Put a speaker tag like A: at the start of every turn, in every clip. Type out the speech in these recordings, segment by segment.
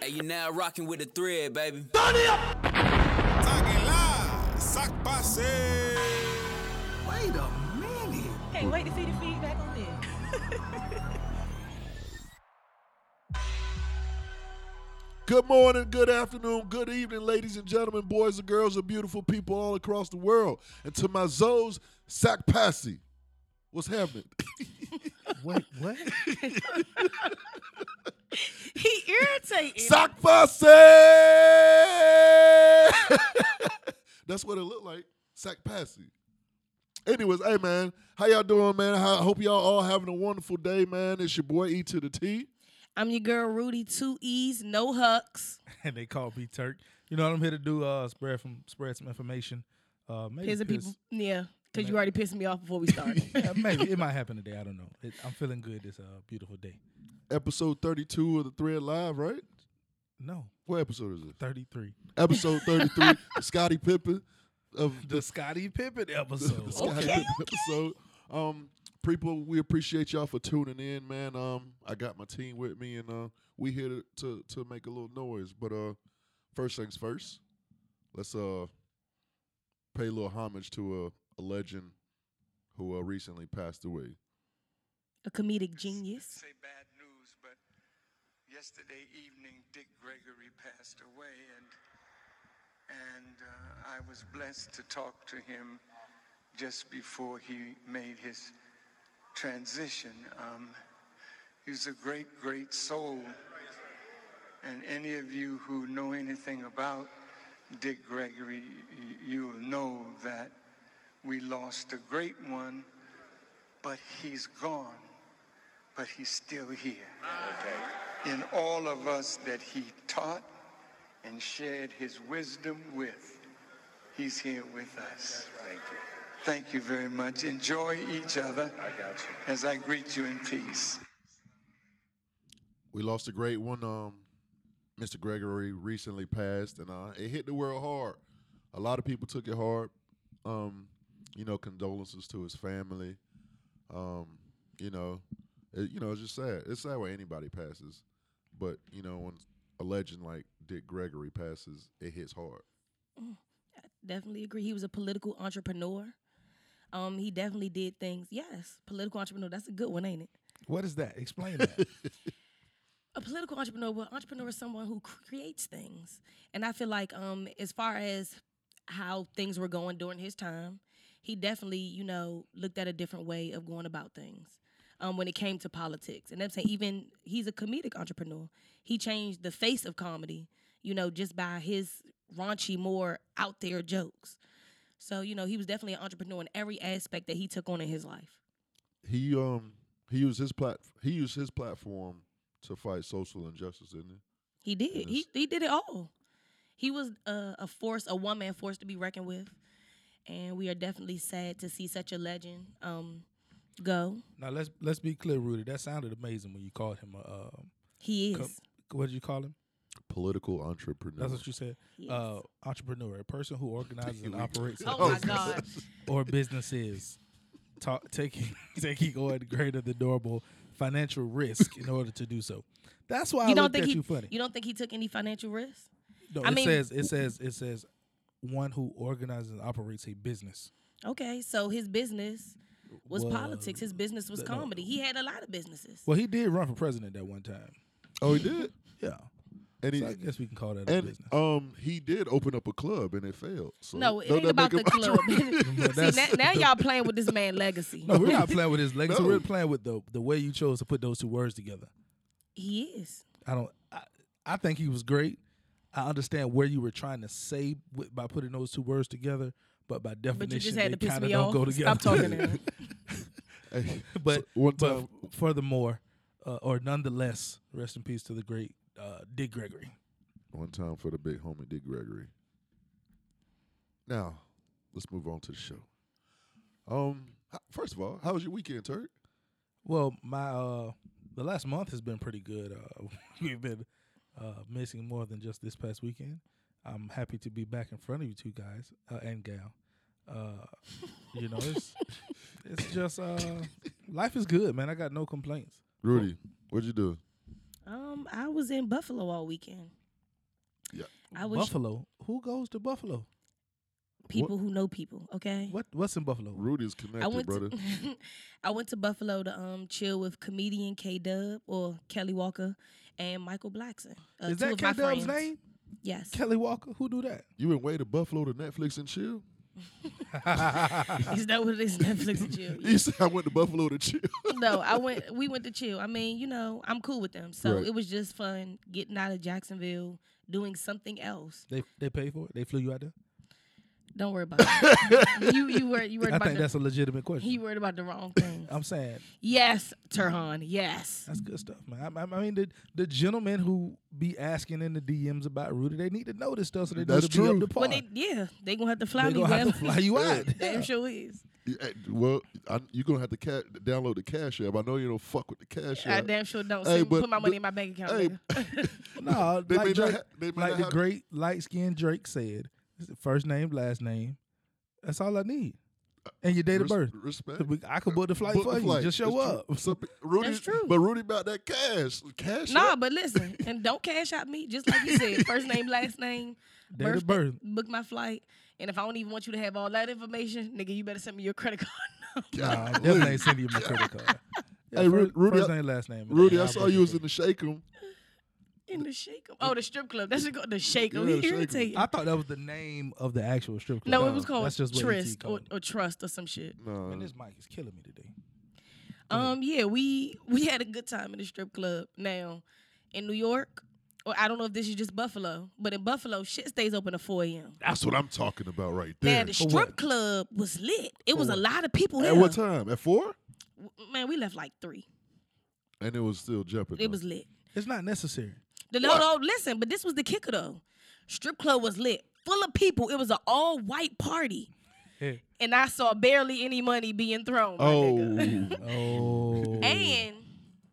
A: Hey, you now rocking with the thread, baby.
B: Sac passé.
C: Wait a minute.
D: Can't wait to see the feedback on this.
E: Good morning, good afternoon, good evening, ladies and gentlemen, boys and girls, and beautiful people all across the world. And to my Zoes, Sack Passy. What's happening?
C: What? What?
F: He irritated.
E: Sack Passy! That's what it looked like. Sack Passy. Anyways, hey man, how y'all doing, man? How- I hope y'all all having a wonderful day, man. It's your boy E to the T.
F: I'm your girl Rudy, two E's, no hucks.
C: and they call me Turk. You know what I'm here to do? Uh, spread from spread some information. Uh, maybe
F: Here's the
C: piss-
F: people. Yeah, because you already pissed me off before we started.
C: Yeah, maybe it might happen today. I don't know. It, I'm feeling good this uh, beautiful day.
E: Episode 32 of the Thread Live, right?
C: No,
E: What episode is it?
C: 33.
E: Episode 33, Scotty Pippen of
C: The Scotty Pippen episode.
E: This guy did the episode. Um, people, we appreciate y'all for tuning in, man. Um, I got my team with me, and uh, we here to, to to make a little noise. But uh, first things first, let's uh pay a little homage to a, a legend who uh, recently passed away.
F: A comedic genius.
G: say bad news, but yesterday evening Dick Gregory passed away, and and uh, I was blessed to talk to him just before he made his transition. Um, he was a great, great soul, and any of you who know anything about Dick Gregory, y- you'll know that we lost a great one, but he's gone but he's still here. In all of us that he taught and shared his wisdom with, he's here with us. Thank you. Thank you very much. Enjoy each other as I greet you in peace.
E: We lost a great one. Um, Mr. Gregory recently passed, and uh, it hit the world hard. A lot of people took it hard. Um, you know, condolences to his family. Um, you know, it, you know, it's just sad. It's sad when anybody passes, but you know, when a legend like Dick Gregory passes, it hits hard.
F: Definitely agree. He was a political entrepreneur. Um, he definitely did things. Yes, political entrepreneur. That's a good one, ain't it?
C: What is that? Explain that.
F: a political entrepreneur, well, entrepreneur is someone who cr- creates things. And I feel like, um, as far as how things were going during his time, he definitely, you know, looked at a different way of going about things. Um, when it came to politics, and I'm saying even he's a comedic entrepreneur. He changed the face of comedy, you know, just by his raunchy, more out there jokes. So you know, he was definitely an entrepreneur in every aspect that he took on in his life.
E: He um he used his plat he used his platform to fight social injustice, didn't he?
F: He did. He he did it all. He was a, a force, a one man force to be reckoned with, and we are definitely sad to see such a legend um, go.
C: now let's let's be clear, Rudy. That sounded amazing when you called him a. Um,
F: He is.
C: co- what did you call him?
E: Political entrepreneur.
C: That's what you said.
F: Yes.
C: Uh, entrepreneur, a person who organizes and operates. an
F: oh my
C: business.
F: God!
C: or businesses ta- taking taking on greater than normal financial risk in order to do so. That's why I
F: You
C: looked
F: don't think
C: at
F: he?
C: you funny.
F: You don't think he took any financial risk?
C: no,
F: I
C: it
F: mean-
C: says it says it says one who organizes and operates a business.
F: Okay, so his business was
C: Well,
F: politics. His business was
C: no, no.
F: comedy. He had a lot of businesses.
C: Well, he did run for president at one time.
E: oh, he did.
C: Yeah,
E: And he,
C: so I guess we can call that a
E: And
C: business.
E: um, he did open up a club and it failed. So
F: no, it
E: don't
F: ain't
E: that
F: about the
E: make him
F: club. see, now,
C: that's-
F: now y'all playing with this man legacy.
C: no, we're not playing with his legacy.
E: No.
C: We're playing with the the way you chose to put those two words together.
F: He is.
C: I don't. I, I think he was great. I understand where you were trying to say with, by putting those two words together, but by definition,
F: But you just had
C: they
F: to piss
C: kinda
F: me
C: don't
F: off.
C: go together.
F: Stop talking. to him.
E: Hey,
C: but
E: so one
C: but
E: time,
C: f- furthermore, uh, or nonetheless, rest in peace to the great uh, Dick Gregory.
E: one time for the big homie Dick Gregory. Now, let's move on to the show. Um, h- first of all, how was your weekend, Turk?
C: Well, my uh, the last month has been pretty good. Uh, we've been uh, missing more than just this past weekend. I'm happy to be back in front of you two guys uh, and gal. Uh, you know, it's it's just uh, life is good, man. I got no complaints.
E: Rudy, what'd you do?
F: Um, I was in Buffalo all weekend. I wish
C: Buffalo. Who goes to Buffalo?
F: people who know people. Okay.
C: What What's in Buffalo?
E: Rudy's
F: I
E: connected,
F: went
E: brother.
F: to I went to Buffalo to um chill with comedian K Dub or Kelly Walker and Michael Blackson. Uh,
C: Is
F: two
C: that
F: of my
C: K Dub's
F: friends.
C: name?
F: Yes.
C: Kelly Walker. Who do that?
E: you been way to Buffalo to Netflix and chill?
F: Is that what it is? Netflix and chill.
E: You said I went to Buffalo to chill.
F: no, I went. We went to chill. I mean, you know, I'm cool with them, so
E: Right.
F: it was just fun getting out of Jacksonville, doing something else.
C: They they pay for it. They flew you out there.
F: Don't worry about it. you you were you worried
C: I
F: about
C: think
F: the,
C: that's a legitimate question.
F: you worried about the wrong thing.
C: I'm saying
F: yes, Turhan. Yes.
C: that's good stuff, man. I, I- I mean, the the gentlemen who be asking in the DMs about Rudy, they need to know this stuff so they know
E: That's
C: to be up
E: true.
C: to par.
F: Well, they yeah, they gonna have to fly
C: They
F: me.
C: gonna have to
F: wherever-
C: fly you out.
F: Damn sure is.
E: You- eh, well, I, you're gonna have to ca- download the Cash App. I know you don't fuck with the Cash
F: I
E: App.
F: damn sure don't.
E: Hey,
F: Hey,
E: but
F: put my
E: the-
F: money in my bank account.
E: hey,
F: nigga.
C: No,
E: They
C: like,
E: may not
C: Drake,
E: ha- they may
C: like
E: not
C: the
E: have-
C: great light skinned Drake said, it's the first name, last name. That's all I need. And your date
E: Res-
C: of birth.
E: Respect.
C: We- I could book the flight
E: Book
C: for
E: the
C: you.
E: flight.
C: Just show
E: It's true.
C: up.
E: So, Rudy,
F: That's true.
E: But Rudy about that cash. Cash.
F: Nah,
E: up.
F: but listen, and don't cash out me. Just like you said, first name, last name,
C: Date of
F: birthday,
C: birth.
F: book my flight. And if I don't even want you to have all that information, nigga, you better send me your credit card.
C: Nah, I definitely ain't sending you my credit card. Yeah,
E: Hey, Ru-
C: first,
E: Rudy,
C: first
E: I-
C: name, last name.
E: Rudy,
C: Yeah,
E: I
C: I'll
E: saw
C: book
E: you
C: it
E: was
C: for
E: in the shake 'em.
F: in the shake 'em. Oh, the strip club. That's called the shake 'em.
E: Yeah,
F: He
E: Shake 'em.
F: irritating.
C: I thought that was the name of the actual strip club.
F: no, it was
C: Nah,
F: called
C: That's just what ET
F: Trist or,
C: called it.
F: or Trust or some shit.
C: Man,
E: Nah,
C: this mic is killing me today.
F: Um, yeah, we we had a good time in the strip club. Now, in New York, or I don't know if this is just Buffalo, but in Buffalo, shit stays open at 4 a.m.
E: that's what I'm talking about right
F: Now
E: there.
F: the
C: what?
F: strip club was lit. It was a
C: what?
F: lot of people
E: At
F: here.
E: what time? At four?
F: W- Man, we left like three.
E: And it was still jumping.
F: It was lit.
C: It's not necessary.
F: The, no, no, listen, but this was the kicker though. Strip club was lit, full of people. It was an all white party,
C: Hey.
F: and I saw barely any money being thrown. my nigga.
E: Oh,
C: Oh.
F: and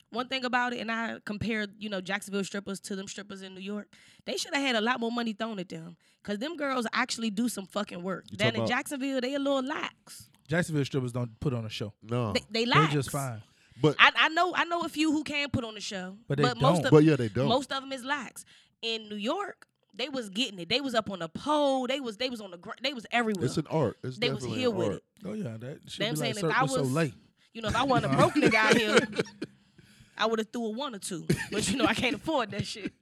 F: one thing about it, and I compared, you know, Jacksonville strippers to them strippers in New York. They should have had a lot more money thrown at them, cause them girls actually do some fucking work.
E: You
F: Down
E: talking
F: in
E: about-
F: Jacksonville, they a little lax.
C: Jacksonville strippers don't put on a show.
E: no.
F: They, they
C: They're
F: lax.
C: just fine.
E: But
F: I, I know I know a few who can put on the show,
C: But they
F: most
C: don't.
F: of
E: But yeah, they don't.
F: Most of them is lax. In New York, they was getting it. They was up on the pole. They was they was on the gr- they was everywhere.
E: it's an art. It's
F: they was
E: definitely
F: here
E: an
F: with
E: art.
F: it.
C: Oh, yeah. That should
F: They
C: be
F: I'm
C: like
F: saying if I
C: Cirque du
F: was
C: Soleil.
F: you know if I wasn't a broke nigga out here, I would have threw a one or two. But you know I can't afford that shit.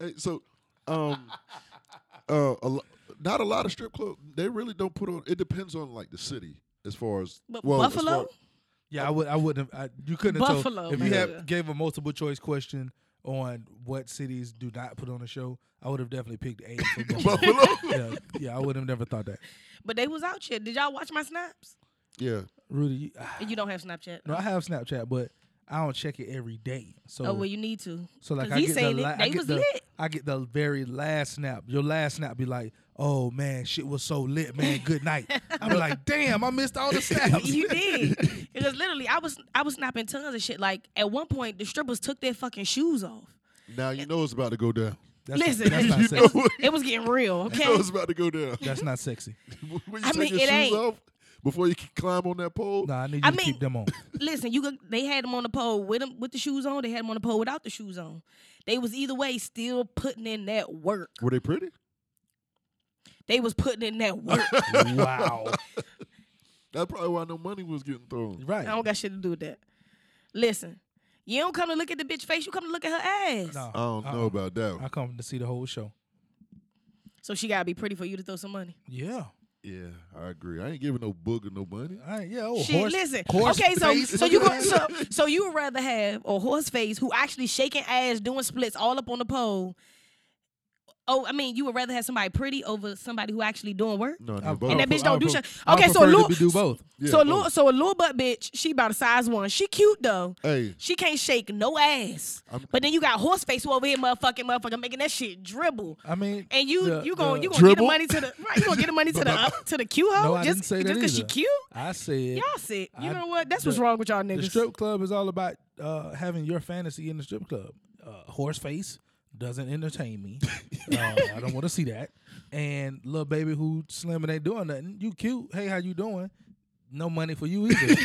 E: Hey, so, um, uh, a lo- not a lot of strip clubs. They really don't put on. It depends on like the city as far as
F: But
E: well, as
F: Buffalo,
E: far-
C: Yeah, I would. I wouldn't. Have, I, you couldn't have
F: Buffalo,
C: told if you
F: man.
C: had, gave a multiple choice question on what cities do not put on a show. I would have definitely picked A for Buffalo.
E: Buffalo.
C: yeah, yeah, I would have never thought that.
F: but they was out here. Did y'all watch my snaps?
E: yeah,
C: Rudy, you,
F: You don't have Snapchat.
C: no, I have Snapchat, but I don't check it every day. So,
F: Oh well, you need to.
C: so like
F: 'Cause
C: I
F: he
C: get the
F: seen
C: la-
F: it.
C: I
F: They
C: get
F: was
C: the
F: lit.
C: I get the very last snap. Your last snap be like, "Oh man, shit was so lit, man. Good night." I'm like, "Damn, I missed all the snaps."
F: You did. Because literally, I was I was snapping tons of shit. Like at one point, the strippers took their fucking shoes off.
E: now you know it's about to go down.
C: That's
F: Listen,
C: that's not
E: You
C: sexy.
E: know
F: it, was, it was getting real.
E: You
F: Okay.
E: know it's about to go down.
C: That's not sexy.
E: when you
F: I
E: take
F: mean,
E: your
F: it
E: shoes
F: ain't.
E: off before you can climb on that pole.
C: Nah, I need you
F: I
C: to
F: mean-
C: keep them on.
F: Listen, you could, they had them on the pole with them with the shoes on. They had them on the pole without the shoes on. They was either way still putting in that work.
E: Were they pretty?
F: They was putting in that work.
C: wow.
E: That's probably why no money was getting thrown.
F: I
C: Right.
F: don't got shit to do with that. Listen, you don't come to look at the bitch face. You come to look at her ass.
C: No,
E: I don't know about that. One.
C: Uh-uh. I come to see the whole show.
F: So she gotta be pretty for you to throw some money.
C: Yeah.
E: yeah, I agree. I ain't giving no booger no money.
C: I, yeah. Oh,
F: Shit,
C: horse,
F: listen.
C: horse
F: okay, so
C: face.
F: so you go, so so you would rather have a horse face who actually shaking ass, doing splits all up on the pole. Oh, I mean, you would rather have somebody pretty over somebody who actually doing work.
E: No,
C: I-
E: no, both.
C: I
F: And that
C: would
F: bitch
C: pre-
F: don't
C: I would
F: do
C: pre-
F: shit.
C: I would
F: Okay, so
C: prefer to
F: Lil-
C: be do both.
E: Yeah,
F: so a
E: both.
F: little, so a little butt bitch, she about a size one. She cute though.
E: Hey.
F: She can't shake no ass.
E: I'm-
F: but then you got horse face who over here, motherfucking motherfucker, making that shit dribble.
C: I mean,
F: and you
C: the-
F: you going you going to
C: the-
F: get the
E: Dribble?
F: money to the right? You going to get the money to the up, to the cute hoe?
C: No, I
F: just
C: didn't say that
F: just
C: either.
F: she cute.
C: I said
F: Y'all sick. You
C: I-
F: know what? That's
C: the-
F: what's wrong with y'all niggas.
C: the strip club is all about uh, having your fantasy in the strip club. Uh, horse face doesn't entertain me. uh, I don't want to see that. And little baby who slim and ain't doing nothing. You cute. Hey, how you doing? No money for you either.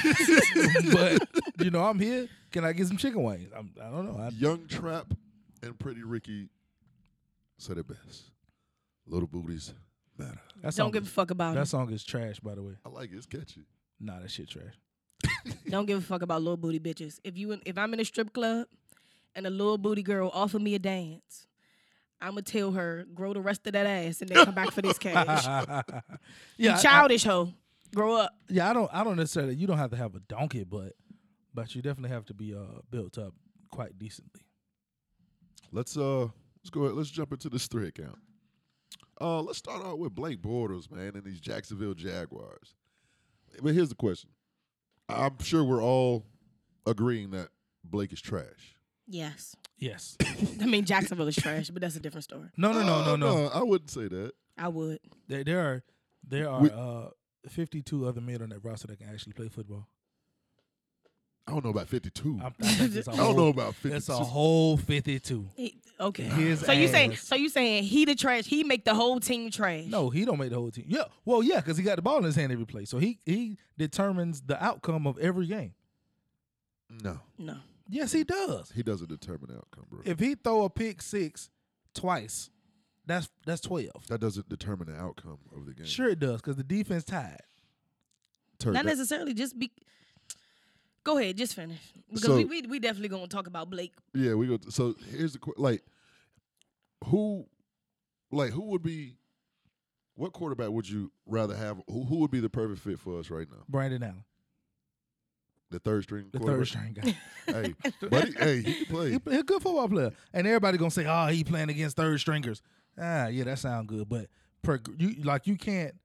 C: but you know I'm here. Can I get some chicken wings? I'm, I don't know. I,
E: Young Trap and Pretty Ricky said it best. Little booties matter.
C: That
F: Don't
C: song
F: give a
C: is-
F: fuck about
C: That
F: him.
C: song is trash, by the way.
E: I like it. It's catchy.
C: Nah, that shit trash.
F: Don't give a fuck about little booty bitches. If you in, if I'm in a strip club and a little booty girl offer me a dance, I'ma tell her grow the rest of that ass and then come back for this cash.
C: yeah, I-
F: you childish hoe. Grow up.
C: I, yeah. I don't. I don't necessarily. You don't have to have a donkey butt, but you definitely have to be uh, built up quite decently.
E: Let's uh let's go ahead. Let's jump into this three account. Uh let's start out with Blake Bortles, man, and these Jacksonville Jaguars. But here's the question. I'm sure we're all agreeing that Blake is trash.
F: Yes.
C: Yes.
F: I mean Jacksonville is trash, but that's a different story.
C: No. No. No. No.
E: Uh,
C: No.
E: I wouldn't say that.
F: I would.
C: There, there are there are
E: We-
C: uh, 52 other men on that roster that can actually play football.
E: I don't know about 52.
C: I'm, I, think it's a
E: I don't
C: whole-
E: know about 52.
C: It's a whole 52.
F: He- okay.
C: His
F: so you saying
C: ass.
F: so you saying he the trash? He make the whole team trash.
C: No, he don't make the whole team. Yeah, well, yeah, because he got the ball in his hand every play, so he he determines the outcome of every game.
E: no,
F: No.
C: Yes, he does.
E: he doesn't determine the outcome, bro.
C: If he throw a pick six twice, that's that's twelve.
E: that doesn't determine the outcome of the game.
C: Sure, it does because the defense tied.
E: Turd,
F: Not
E: that-
F: necessarily just be Go ahead, just finish. Because
E: So-
F: we, we we definitely gonna talk about Blake.
E: Yeah, we go. So here's the qu- like, who, like who would be, what quarterback would you rather have? Who who would be the perfect fit for us right now?
C: Brandon Allen,
E: The third string.
C: the third
E: quarterback?
C: string guy,
E: Hey, buddy, hey, he can play.
C: he, he a good football player, and everybody gonna say, "Oh, he playing against third stringers." Ah, yeah, that sound good, but per, you like you can't.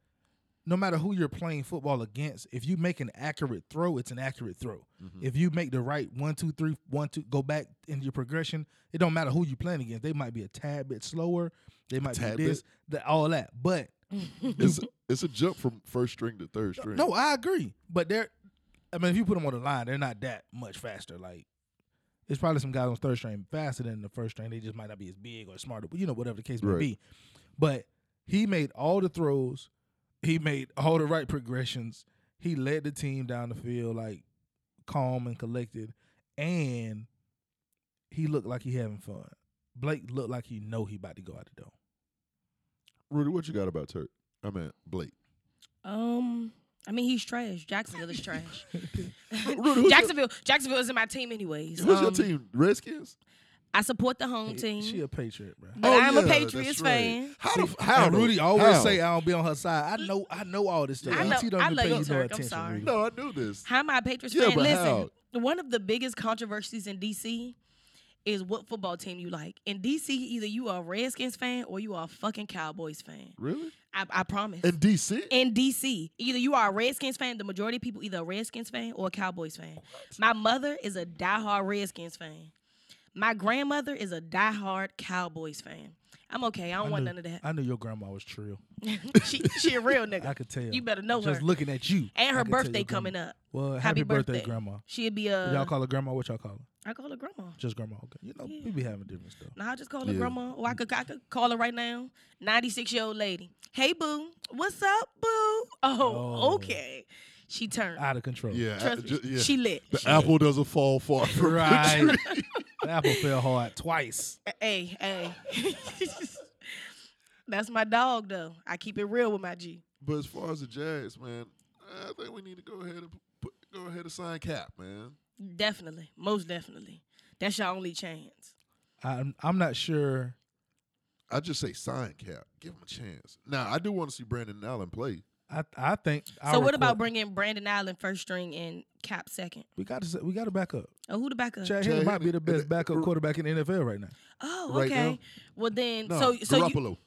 C: No matter who you're playing football against, if you make an accurate throw, it's an accurate throw.
E: Mm-hmm.
C: If you make the right one, two, three, one, two, go back in your progression. It don't matter who you're playing against. They might be a tad bit slower. They might
E: tad
C: be this, that, all that. But
E: It's, it's a jump from first string to third string.
C: No, I agree. But they're, I mean, if you put them on the line, they're not that much faster. Like, there's probably some guys on third string faster than the first string. They just might not be as big or smarter, but you know, whatever the case may
E: Right.
C: be. But he made all the throws. He made all the right progressions. He led the team down the field like calm and collected, and he looked like he having fun. Blake looked like he know he about to go out the door.
E: Rudy, what you got about Turk? I mean Blake.
F: Um, I mean he's trash. Jacksonville is trash.
E: Rudy, who's,
F: Jacksonville, Jacksonville isn't my team anyways.
E: your, who's your
F: Um,
E: team? Redskins. Oh,
F: I support the home
C: She,
F: team,
C: she a patriot, bro.
F: but I'm
E: yeah,
F: a
E: that's
F: Patriots
E: right.
F: fan.
E: How the f-
C: See,
E: how
C: and
E: though?
C: Rudy always
E: How?
C: say I don't be on her side. I know I know all this stuff.
F: I know-
C: Auntie don't
F: I
C: even
F: love
C: pay
F: you,
C: you no
F: Turk. I'm
C: attention.
F: sorry.
C: Rudy.
E: No, I knew this.
F: How am I a Patriots
E: Yeah,
F: fan?
E: but
F: Listen, one of the biggest controversies in DC is what football team you like. In DC, either you are a Redskins fan or you are a fucking Cowboys fan.
E: Really?
F: I, I promise.
E: In DC?
F: in DC. Either you are a Redskins fan, the majority of people either a Redskins fan or a Cowboys fan.
C: Oh,
F: My mother is a diehard Redskins fan. My grandmother is a diehard Cowboys fan. I'm okay. I don't want
C: knew-
F: none of that.
C: I knew your grandma was trill.
F: she she a real nigga.
C: I could tell.
F: You better know
C: Just
F: her.
C: looking at you.
F: and
C: I
F: her
C: could tell
F: birthday
C: your grandma-
F: coming up. Uh,
C: Well, happy, birthday, grandma.
F: She'd be a.
C: y'all call her grandma. What y'all call her?
F: I call her grandma.
C: Just grandma. Okay. You know we be having different stuff.
F: Now I just call her
E: Yeah.
F: grandma, or I could I could call her right now. Ninety six year old lady. Hey boo, what's up boo? Oh,
C: Oh.
F: okay. She turned.
C: Out of control.
E: Yeah. I-
F: Trust me,
E: ju- yeah.
F: she lit.
E: the apple doesn't fall far from the
C: Right.
E: tree.
C: the apple fell hard twice.
F: Hey, hey. That's my dog though. I keep it real with my G.
E: But as far as the Jags, man, I think we need to go ahead and put, go ahead and sign Cap, man.
F: Definitely. Most definitely. That's your only chance.
C: I'm I'm not sure.
E: I just say sign Cap, give him a chance. Now I do want to see Brandon Allen play.
C: I I think.
F: so what about bringing Brandon Allen first string and Cap second?
C: We got to we got to back up.
F: Oh, who the backup?
C: Chad
E: Chad
C: Henne might be the
E: Henne-
C: best backup quarterback in the NFL right now.
F: Oh,
E: Right
F: okay.
E: now?
F: Well then,
E: No,
F: so so you,
E: Garoppolo.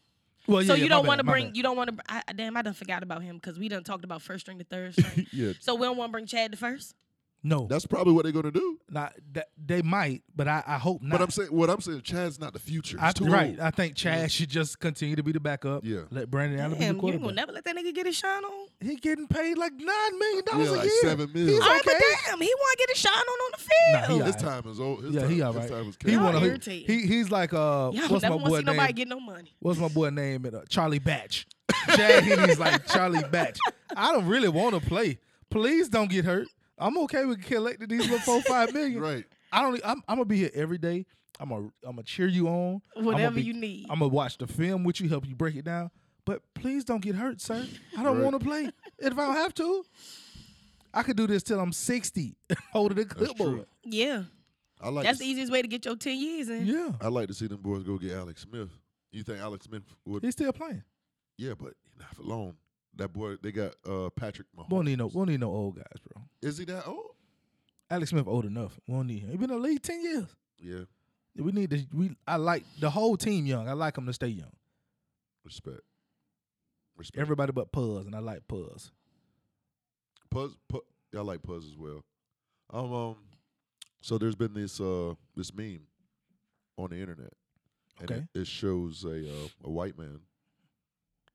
C: Well,
F: so you
C: Oh, my
F: don't
C: bad,
F: want to
C: my
F: bring
C: bad.
F: you don't want to. I, I- damn, I done forgot about him because we done talked about first string to third string.
E: yeah,
F: So we don't want to bring Chad to first.
C: No,
E: that's probably what they're gonna do.
C: not that they might, but I, I hope not.
E: But I'm saying what I'm saying, Chad's not the future.
C: I,
E: It's too
C: right.
E: old.
C: I think Chad should just continue to be the backup.
E: Yeah.
C: Let Brandon Allen be the
F: Damn, you ain't
C: quarterback.
F: gonna never let that nigga get his shine on.
C: he getting paid like nine million dollars
E: Yeah,
C: a
E: like
C: year.
E: seven mil.
C: He's
E: All
F: All right,
C: okay.
F: Ah, but damn, he want to get his shine on on the
C: Nah,
F: field.
C: he all
E: his
C: right.
E: time is over. His
C: Yeah,
E: time,
C: he all
E: his
C: right.
E: time is Cap.
C: He
F: wanna-
C: want to.
F: irritating.
C: He, he's like uh,
F: Y'all
C: what's
F: never
C: my
F: want to
C: boy
F: see nobody
C: name?
F: get no money.
C: what's my boy name? It uh, Charlie Batch. Chad Henney's like Charlie Batch. I don't really want to play. Please don't get hurt. I'm okay with collecting these little four five million.
E: Right.
C: I don't. I'm, I'm gonna be here every day. I'm gonna I'm gonna cheer you on.
F: Whatever you need.
C: I'm gonna watch the film with you, help you break it down. But please don't get hurt, sir. I don't want to play if I don't have to. I could do this till I'm 60, holding a clipboard.
F: Yeah.
E: I like.
F: That's
E: to,
F: the easiest way to get your 10 years in.
C: Yeah,
E: I like to see them boys go get Alex Smith. You think Alex Smith would?
C: he's still playing.
E: yeah, but he not for long. That boy, they got uh, Patrick Mahomes.
C: We don't need no, we don't need no old guys, bro.
E: Is he that old?
C: Alex Smith old enough. We don't need him. He been in the league 10 years.
E: Yeah,
C: We need to. We I like the whole team young. I like them to stay young.
E: respect. Respect.
C: Everybody but Puzz, and I like Puzz.
E: Puzz, pu- yeah, I like Puzz as well. Um, um, so there's been this uh this meme on the internet, and
C: Okay.
E: it, it shows a uh, a white man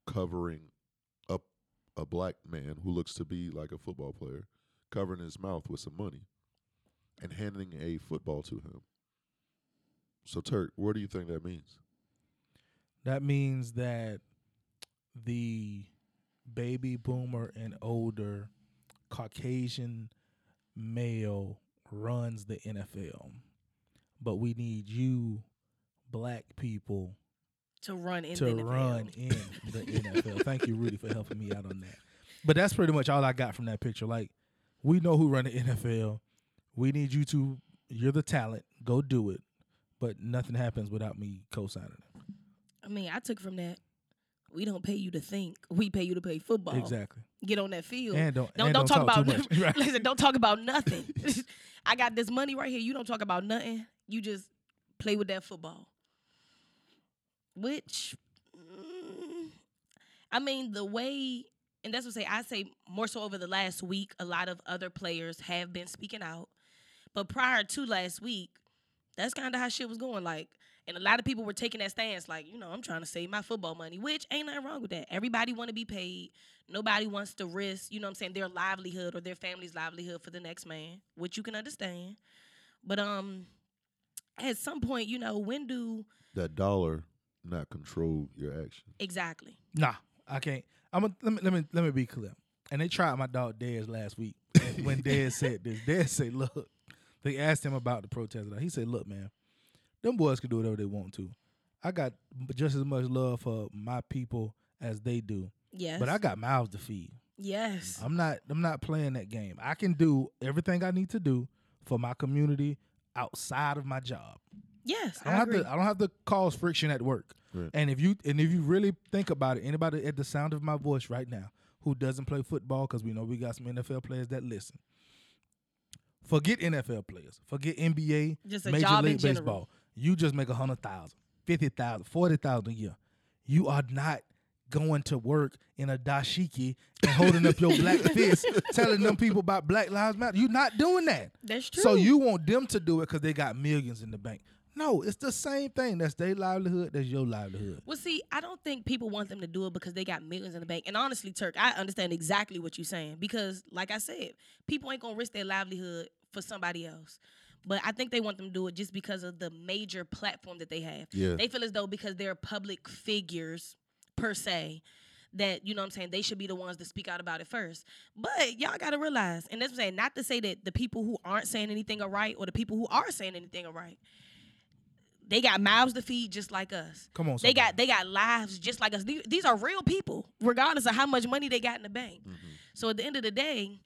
E: covering up a black man who looks to be like a football player, covering his mouth with some money, and handing a football to him. So Turk, what do you think that means?
C: That means that the baby boomer and older Caucasian male runs the NFL. But we need you black people
F: To run in the
C: to
F: NFL.
C: run in the NFL. Thank you, Rudy, for helping me out on that. But that's pretty much all I got from that picture. Like, we know who run the NFL. We need you to. You're the talent. Go do it. But nothing happens without me co-signing it.
F: I mean, I took from that. We don't pay you to think. We pay you to play football.
C: Exactly.
F: Get on that field.
C: And don't-
F: don't,
C: and
F: don't
C: don't
F: talk,
C: talk too
F: about
C: much. Right.
F: listen, don't talk about nothing. I got this money right here. You don't talk about nothing. You just play with that football. Which mm, I mean, the way and that's what I say, I say more so over the last week, a lot of other players have been speaking out. But prior to last week, that's kind of how shit was going. Like, and a lot of people were taking that stance, like, you know, I'm trying to save my football money, which ain't nothing wrong with that. Everybody want to be paid. Nobody wants to risk, you know what I'm saying, their livelihood or their family's livelihood for the next man, which you can understand. But um at some point, you know, when do
E: That dollar not control your action.
F: exactly.
C: Nah, I can't. I'm a, let me let me let me be clear. And they tried my dog Dez last week when Dez said this. Dez said, "Look," they asked him about the protest. He said, "Look, man, them boys can do whatever they want to. I got just as much love for my people as they do,
F: Yes.
C: but I got mouths to feed.
F: Yes.
C: I'm not I'm not playing that game. I can do everything I need to do for my community outside of my job.
F: yes.
C: I
F: I,
C: don't have
F: agree.
C: to I don't have to cause friction at work.
E: Right.
C: And if you and if you really think about it, anybody at the sound of my voice right now who doesn't play football cuz we know we got some NFL players that listen. Forget NFL players. Forget NBA,
F: Just a
C: Major
F: job in
C: League
F: general.
C: Baseball. You just make 100,000, 50,000, 40,000 a year. You are not going to work in a dashiki and holding up your black fist telling them people about Black Lives Matter. You're not doing that.
F: That's
C: So
F: true.
C: you want them to do it because they got millions in the bank. No, it's the same thing. That's their livelihood. That's your livelihood.
F: Well, see, I don't think people want them to do it because they got millions in the bank. And honestly, Turk, I understand exactly what you're saying because, like I said, people ain't gonna risk their livelihood for somebody else. But I think they want them to do it just because of the major platform that they have.
E: Yeah.
F: They feel as though because they're public figures per se, that you know what I'm saying, they should be the ones to speak out about it first. But y'all gotta realize, and that's what I'm saying, not to say that the people who aren't saying anything are right or the people who are saying anything are right. They got mouths to feed just like us.
C: Come on,
F: They
C: somebody.
F: got they got lives just like us. The- These are real people, regardless of how much money they got in the bank. So at the end of the day,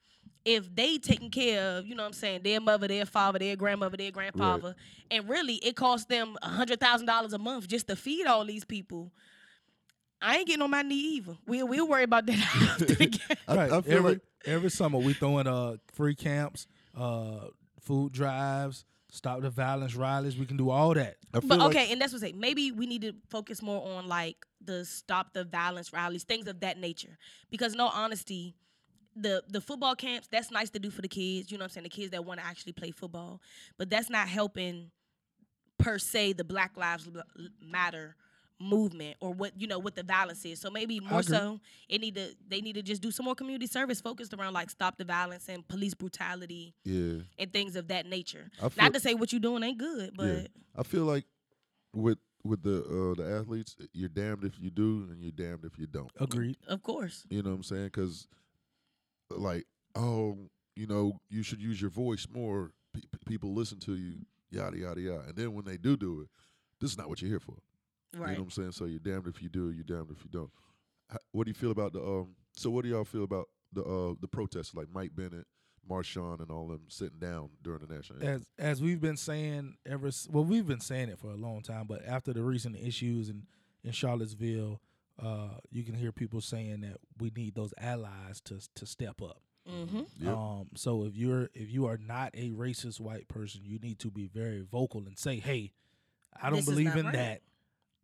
F: if they taking care of, you know what I'm saying, their mother, their father, their grandmother, their grandfather, and really it costs them a hundred thousand dollars a month just to feed all these people. I ain't getting on my knee either. We'll we'll worry about that after the game.
E: I,
C: right.
E: I feel
C: every
E: like
C: every summer we throwing uh free camps, uh food drives, stop the violence rallies. We can do all that.
E: I feel
F: But
E: like-
F: okay, and that's what I say. Maybe we need to focus more on like the stop the violence rallies, things of that nature. Because in all honesty, the the football camps, that's nice to do for the kids. You know what I'm saying? The kids that want to actually play football. But that's not helping per se the Black Lives L- Matter movement or what you know what the violence is. So maybe more
C: agree.
F: so it need to they need to just do some more community service focused around like stop the violence and police brutality
E: yeah.
F: and things of that nature.
E: I feel-
F: Not to say what you're doing ain't good, but
E: yeah. I feel like with with the uh, the athletes, you're damned if you do and you're damned if you don't.
C: Agreed.
F: of course.
E: You know what I'm saying? Because like, oh, you know, you should use your voice more. Pe- pe- people listen to you. yada yada yada. And then when they do do it, this is not what you're here for. You
F: Right.
E: know what I'm saying? So you're damned if you do, you're damned if you don't. H- What do you feel about the um? So what do y'all feel about the uh the protests like Mike Bennett, Marshawn, and all them sitting down during the national? anthem?
C: as as we've been saying ever s- well we've been saying it for a long time but after the recent issues in in Charlottesville uh you can hear people saying that we need those allies to to step up
F: Mm-hmm.
E: Yep.
C: um so if you're if you are not a racist white person you need to be very vocal and say hey I don't
F: This is
C: believe
F: not
C: in
F: right."
C: that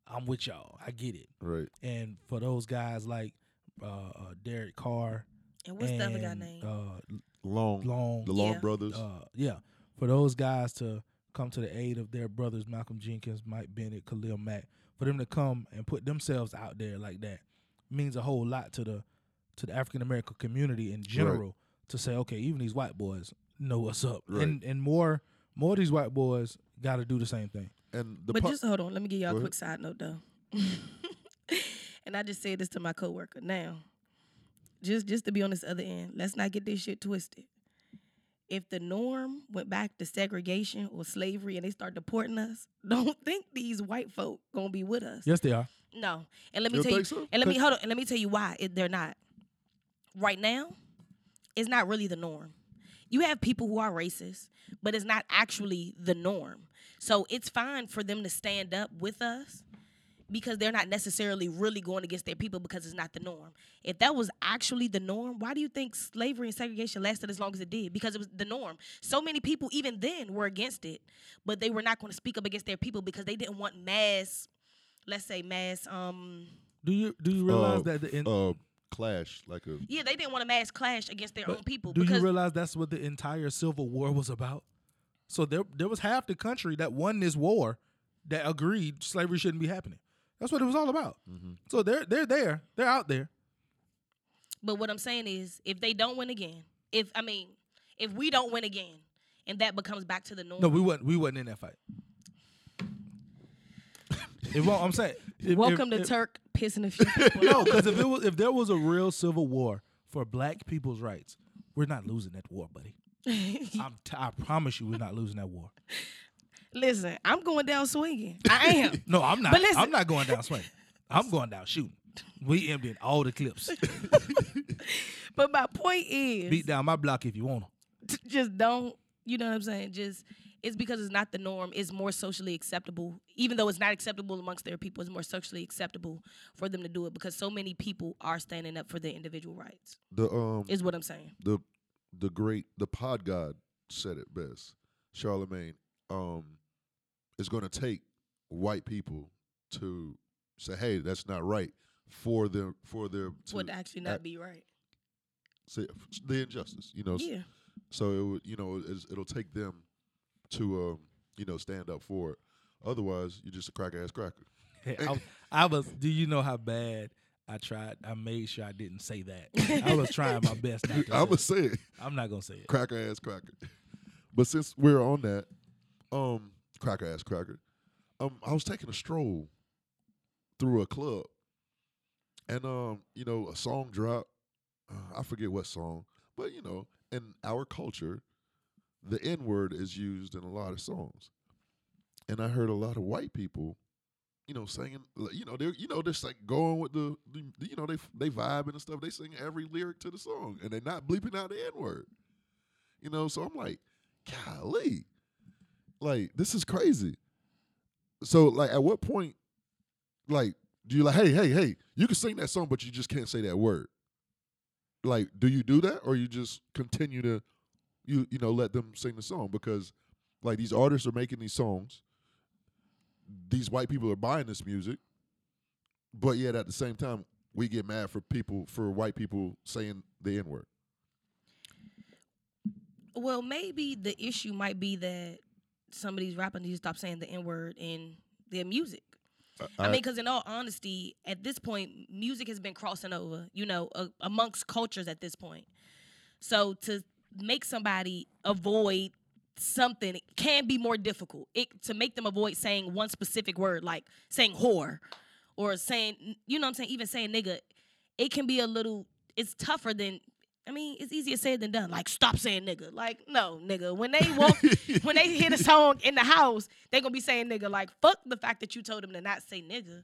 C: I'm with y'all I get it
E: right.
C: and for those guys like uh, uh Derek Carr
F: And what's the other guy
C: and,
F: name?
C: uh
E: Long,
C: Long
E: the Long
F: Yeah.
E: brothers.
C: uh, yeah, for those guys to come to the aid of their brothers, Malcolm Jenkins, Mike Bennett, Khalil Mack, for them to come and put themselves out there like that means a whole lot to the to the African American community in general to say, okay, even these white boys know what's up,
E: Right.
C: and and more more of these white boys got to do the same thing.
E: and the
F: but
E: po-
F: just hold on, let me give y'all
E: Go
F: a
E: ahead.
F: quick side note though. and I just said this to my coworker. Now, just just to be on this other end, let's not get this shit twisted. If the norm went back to segregation or slavery and they start deporting us, don't think these white folk gonna be with us.
C: Yes, they are.
F: No, and let me
E: You
F: tell
E: don't
F: you,
E: think so?
F: and let me hold on, and let me tell you why it, they're not. Right now, it's not really the norm. You have people who are racist, but it's not actually the norm. So it's fine for them to stand up with us because they're not necessarily really going against their people because it's not the norm. If that was actually the norm, why do you think slavery and segregation lasted as long as it did? Because it was the norm. So many people even then were against it, but they were not going to speak up against their people because they didn't want mass let's say mass um
C: Do you do you realize
E: uh,
C: that the in,
E: uh, clash like a
F: yeah, they didn't want a mass clash against their
C: But
F: own people
C: Do
F: because
C: you realize that's what the entire Civil War was about? So there, there was half the country that won this war that agreed slavery shouldn't be happening. That's what it was all about.
F: Mm-hmm.
C: So they're they're there, they're out there.
F: But what I'm saying is, if they don't win again, if I mean, if we don't win again, and that becomes back to the norm.
C: No, we wasn't we wasn't in that fight. it won't. I'm saying. if- if-
F: Welcome to
C: if-
F: Turk pissing a few people.
C: No,
F: off.
C: because if it was if there was a real Civil War for Black people's rights, we're not losing that war, buddy. I'm t- I promise you, we're not losing that war.
F: listen, I'm going down swinging. I am.
C: No, I'm not.
F: But listen-
C: I'm not going down swinging. I'm going down shooting. We emptying all the clips.
F: But my point is,
C: Beat down my block if you want to.
F: t- just don't. You know what I'm saying? Just it's because it's not the norm. It's more socially acceptable, even though it's not acceptable amongst their people. It's more socially acceptable for them to do it because so many people are standing up for their individual rights.
E: the um
F: Is what I'm saying.
E: the the great the pod god said it best. Charlemagne um is going to take white people to say, "Hey, that's not right." For them, for their to
F: Would actually
E: uh,
F: not be right.
E: say, f- the injustice, you know. s-
F: Yeah.
E: So it would, you know, it's, it'll take them to um, you know stand up for it. Otherwise, you're just a crack ass cracker.
C: Yeah, I, I was. Do you know how bad I tried? I made sure I didn't say that. I was trying my best. Not to
E: I'm
C: say
E: gonna
C: it.
E: say it.
C: I'm not gonna say it.
E: cracker ass cracker. But since we're on that, um, cracker ass cracker, um, I was taking a stroll through a club, and um, you know, a song dropped. Uh, I forget what song, but you know, in our culture, the N word is used in a lot of songs, and I heard a lot of white people. You know, singing. like, You know, they're you know, just like going with the, the you know, they they vibing and stuff. They sing every lyric to the song, and they're not bleeping out the n word. You know, so I'm like, golly, like this is crazy. So like, at what point, like, do you like, hey, hey, hey, you can sing that song, but you just can't say that word. Like, do you do that, or you just continue to, you you know, let them sing the song because, like, these artists are making these songs. These white people are buying this music, but yet at the same time, we get mad for people for white people saying the n word.
F: Well, maybe the issue might be that some of these rappers need to stop saying the N word in their music. I,
E: Uh,
F: mean, because in all honesty, at this point, music has been crossing over, you know, a, amongst cultures at this point. So to make somebody avoid something can be more difficult. It to make them avoid saying one specific word, like saying whore, or saying, you know, what I'm saying, even saying nigga, it can be a little. It's tougher than I mean, it's easier said than done. Like, stop saying nigga. Like, no, nigga. When they walk, when they hear the song in the house, they gonna be saying nigga. Like, fuck the fact that you told them to not say nigga. You know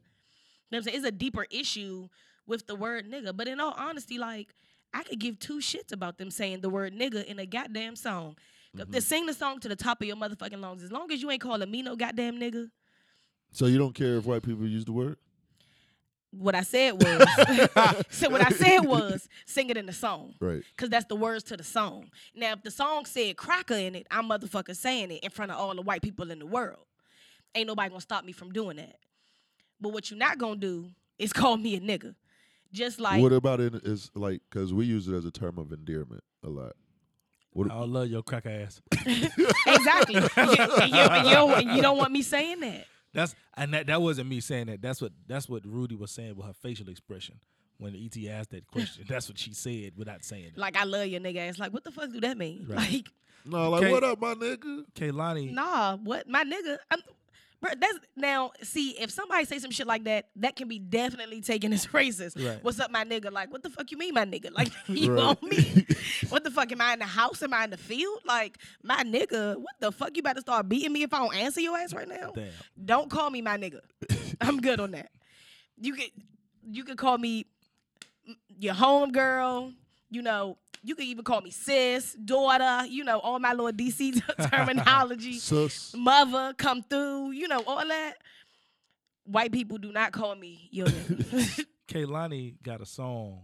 F: what I'm saying? It's a deeper issue with the word nigga. But in all honesty, like, I could give two shits about them saying the word nigga in a goddamn song. If They sing the song to the top of your motherfucking lungs. As long as you ain't calling me no goddamn nigga,
E: So you don't care if white people use the word?
F: what I said was, so what I said was, sing it in the song.
E: Right.
F: Cause that's the words to the song. Now, if the song said cracker in it, I'm motherfucking saying it in front of all the white people in the world. Ain't nobody gonna stop me from doing that. But what you not gonna do is call me a nigga. Just like
E: what about it is like because we use it as a term of endearment a lot. What,
C: I love your crack ass.
F: exactly. you, you- you don't, you don't want me saying that.
C: That's and that, that wasn't me saying that. That's what that's what Rudy was saying with her facial expression when ET asked that question. that's what she said without saying it.
F: Like I love your nigga. It's like what the fuck do that mean?
C: Right.
F: Like
E: no, like
C: Can't-
E: what up, my nigga?
C: Kaylani,
F: nah, what my nigga? I'm, bro, that's now. See, if somebody say some shit like that, that can be definitely taken as racist.
C: Right.
F: What's up, my nigga? Like what the fuck you mean, my nigga? Like you
E: Right.
F: want me? what the fuck? Am I in the house? Am I in the field? Like my nigga? What the fuck? You about to start beating me if I don't answer your ass right now?
C: damn,
F: Don't call me my nigga. I'm good on that. You could you could call me your home girl. You know, you could even call me sis, daughter. You know, all my little DC terminology.
E: Sus.
F: Mother, come through. You know, all that. White people do not call me your nigga.
C: Kaylani got a song,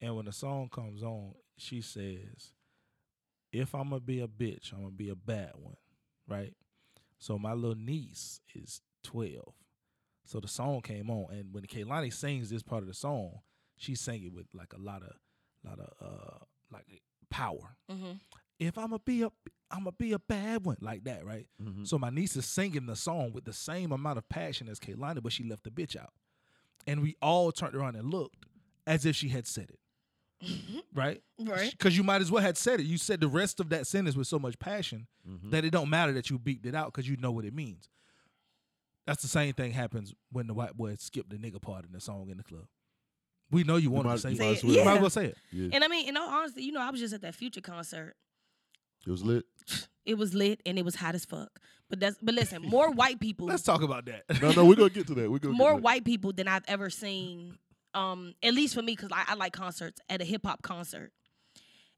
C: and when the song comes on, she says, "If I'm gonna be a bitch, I'm gonna be a bad one." Right. So my little niece is twelve. So the song came on, and when Kaylani sings this part of the song, she sang it with like a lot of, lot of uh, like power. if I'm gonna be a I'm gonna be a bad one like that, right? So my niece is singing the song with the same amount of passion as Kaylani, but she left the bitch out. And we all turned around and looked as if she had said it. Mm-hmm. right?
F: Right.
C: Because you might as well had said it. You said the rest of that sentence with so much passion
E: Mm-hmm.
C: that it don't matter that you beeped it out because you know what it means. That's the same thing happens when the white boy skipped the nigga part in the song in the club. We know you wanted
E: might-
C: to say
E: you
C: it.
E: might
F: as
C: You might
F: well.
C: as well say it.
F: and I mean, in all honesty, you know, I was just at that future concert.
E: It was lit.
F: It was lit and it was hot as fuck. But that's but listen, more white people
C: Let's talk about that.
E: No, no, we're gonna get to that. We're gonna
F: more
E: get to
F: white people than I've ever seen. Um, at least for me, because I, I like concerts at a hip hop concert.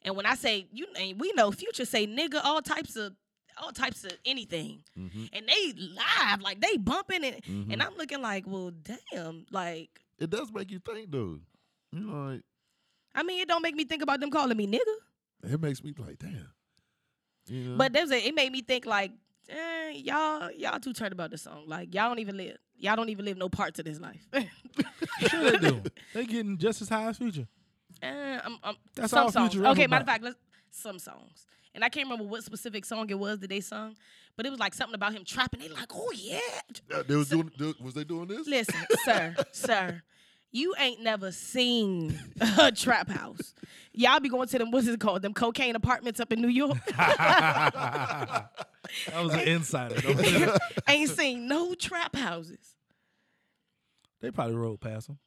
F: And when I say you, and we know Future say nigga all types of all types of anything,
E: Mm-hmm.
F: and they live like they bumping it, and I'm looking like, well, damn, like
E: That. It does make you think though. You know, like,
F: I mean, it don't make me think about them calling me nigga,
E: it makes me like, damn. You
C: Mm-hmm.
E: know?
F: but there's a, it made me think like, eh, y'all y'all too turned about this song, like y'all don't even live, y'all don't even live no parts of this life. Eh,
C: sure they do. They getting just as high as Future.
F: Uh, I'm, I'm,
C: That's
F: some
C: all
F: songs.
C: Future
F: Okay,
C: ever
F: matter of
C: bought.
F: fact, let's, some songs. And I can't remember what specific song it was that they sung, but it was like something about him trapping. They like, oh yeah.
E: Uh, they was doing. they- was they doing this?
F: Listen, sir, sir, you ain't never seen a trap house. Y'all be going to them what's it called? Them cocaine apartments up in New York.
C: That was an insider. though.
F: ain't seen no trap houses.
C: they probably rode past them.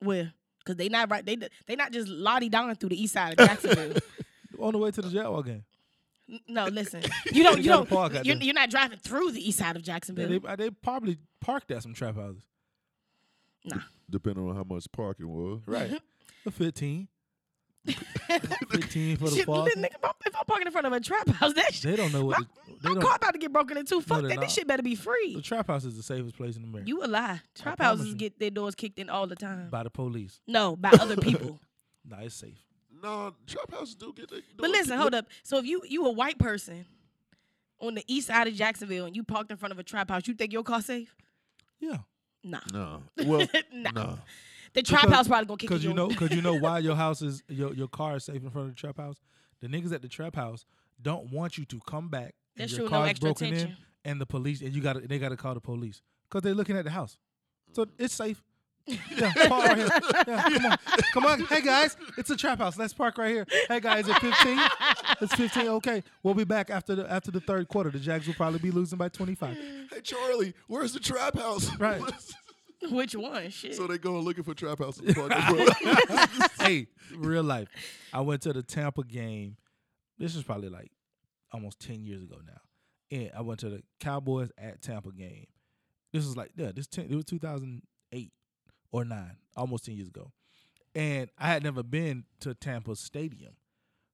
F: Where? Cause they not right. They they not just lottie down through the east side of Jacksonville.
C: On the way to the Jaguar game.
F: no, listen, you don't. You
C: They got a
F: don't.
C: park out
F: You're,
C: there.
F: you're not driving through the east side of
C: Yeah,
F: Jacksonville.
C: they, uh, they probably parked at some trap houses.
E: Depending on how much parking was.
C: Right. the 15. 15 for the
F: Shit,
C: park.
F: li- nigga, if I'm, if I'm parking in front of a trap house, that shit,
C: They don't know what
F: my,
C: the-
F: my
C: they don't-
F: car about to get broken into. Fuck
C: they're
F: that.
C: not.
F: This shit better be
C: The
F: free.
C: trap house is the safest place in America.
F: You a lie. Trap
C: promise
F: houses
C: you.
F: get their doors kicked in all the time.
C: by the police.
F: no, by other people.
C: Nah, it's safe.
E: No, trap houses do get. They,
F: but listen, hold up. So if you you a white person on the east side of Jacksonville and you parked in front of a trap house, you think your car safe?
C: Yeah.
F: Nah.
E: No. Well,
F: Nah.
E: no.
F: The trap
C: Because-
F: house probably gonna kick in
C: Cause you
F: your-
C: know, cause you know why your house is your your car is safe in front of the trap house. The niggas at the trap house don't want you to come back and
F: That's
C: your
F: true, no
C: car's
F: extra
C: broken in,
F: attention.
C: and the police and you got to they got to call the police because they're looking at the house. So it's safe. Yeah, park right here. Yeah, come on, come on. Hey guys, it's a trap house. Let's park right here. Hey guys, it's fifteen. It's fifteen. Okay, we'll be back after the after the third quarter. The Jags will probably be losing by twenty five.
E: Hey Charlie, where's the trap house?
C: Right.
F: Which one? Shit.
E: So they going looking for trap house in the park.
C: hey, real life. I went to the Tampa game. This was probably like almost ten years ago now. And I went to the Cowboys at Tampa game. This was like yeah, this ten, it was two thousand eight or nine, almost ten years ago. And I had never been to Tampa Stadium.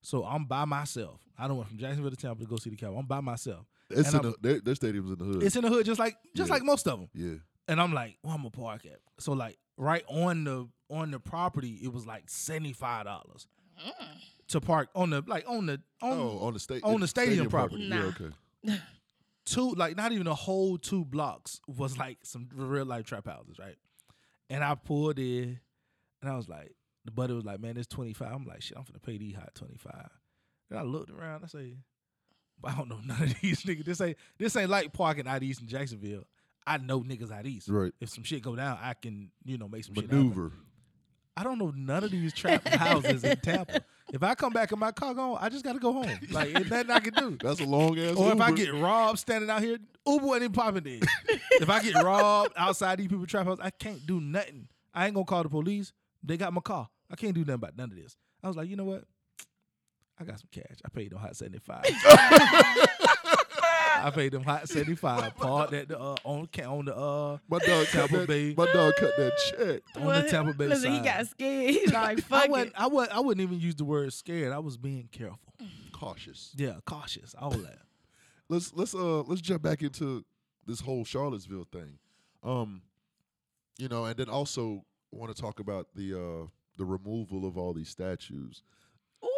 C: So I'm by myself. I don't went from Jacksonville to Tampa to go see the Cowboys. I'm by myself.
E: it's
C: And
E: in
C: I'm-
E: the, their, their stadium's in the hood.
C: It's in the hood, just like just
E: Yeah.
C: like most of them.
E: yeah.
C: and I'm like, well, I'm gonna park at. So like right on the on the property, it was like seventy five dollars to park on the like on the on
E: Oh, on the state
C: on the stadium
E: Yeah,
F: property.
E: okay.
C: two like not even a whole two blocks was like some real life trap houses, right? And I pulled in, and I was like, the buddy was like, man, it's twenty five. I'm like, shit, I'm gonna pay these hot twenty five. And I looked around, I say, I don't know none of these niggas. This ain't this ain't like parking out east in Jacksonville. I know niggas out east.
E: Right.
C: If some shit go down, I can you know make some shit happen.
E: Maneuver.
C: I don't know none of these trap houses in Tampa. If I come back in my car gone, I just gotta go home. Like there's nothing I can do.
E: That's a long ass.
C: Or if I
E: Uber.
C: get robbed standing out here, Uber ain't even popping then. if I get robbed outside these people trap house, I can't do nothing. I ain't gonna call the police. They got my car. I can't do nothing about none of this. I was like, you know what? I got some cash. I paid them hot seventy five. I paid them hot seventy five. Parked at the uh, on ca- on the uh
E: my dog cut
C: Tampa
E: that,
C: Bay.
E: my dog cut that check.
C: on
F: What?
C: the Tampa Bay
F: Listen,
C: side.
F: he got scared. He's like,
C: I
F: fuck
C: wouldn't,
F: it.
C: I would I wouldn't even use the word scared. I was being careful.
E: Cautious.
C: Yeah, cautious. All that.
E: Let's let's uh let's jump back into this whole Charlottesville thing. Um, you know, and then also want to talk about the uh the removal of all these statues.
F: Ooh,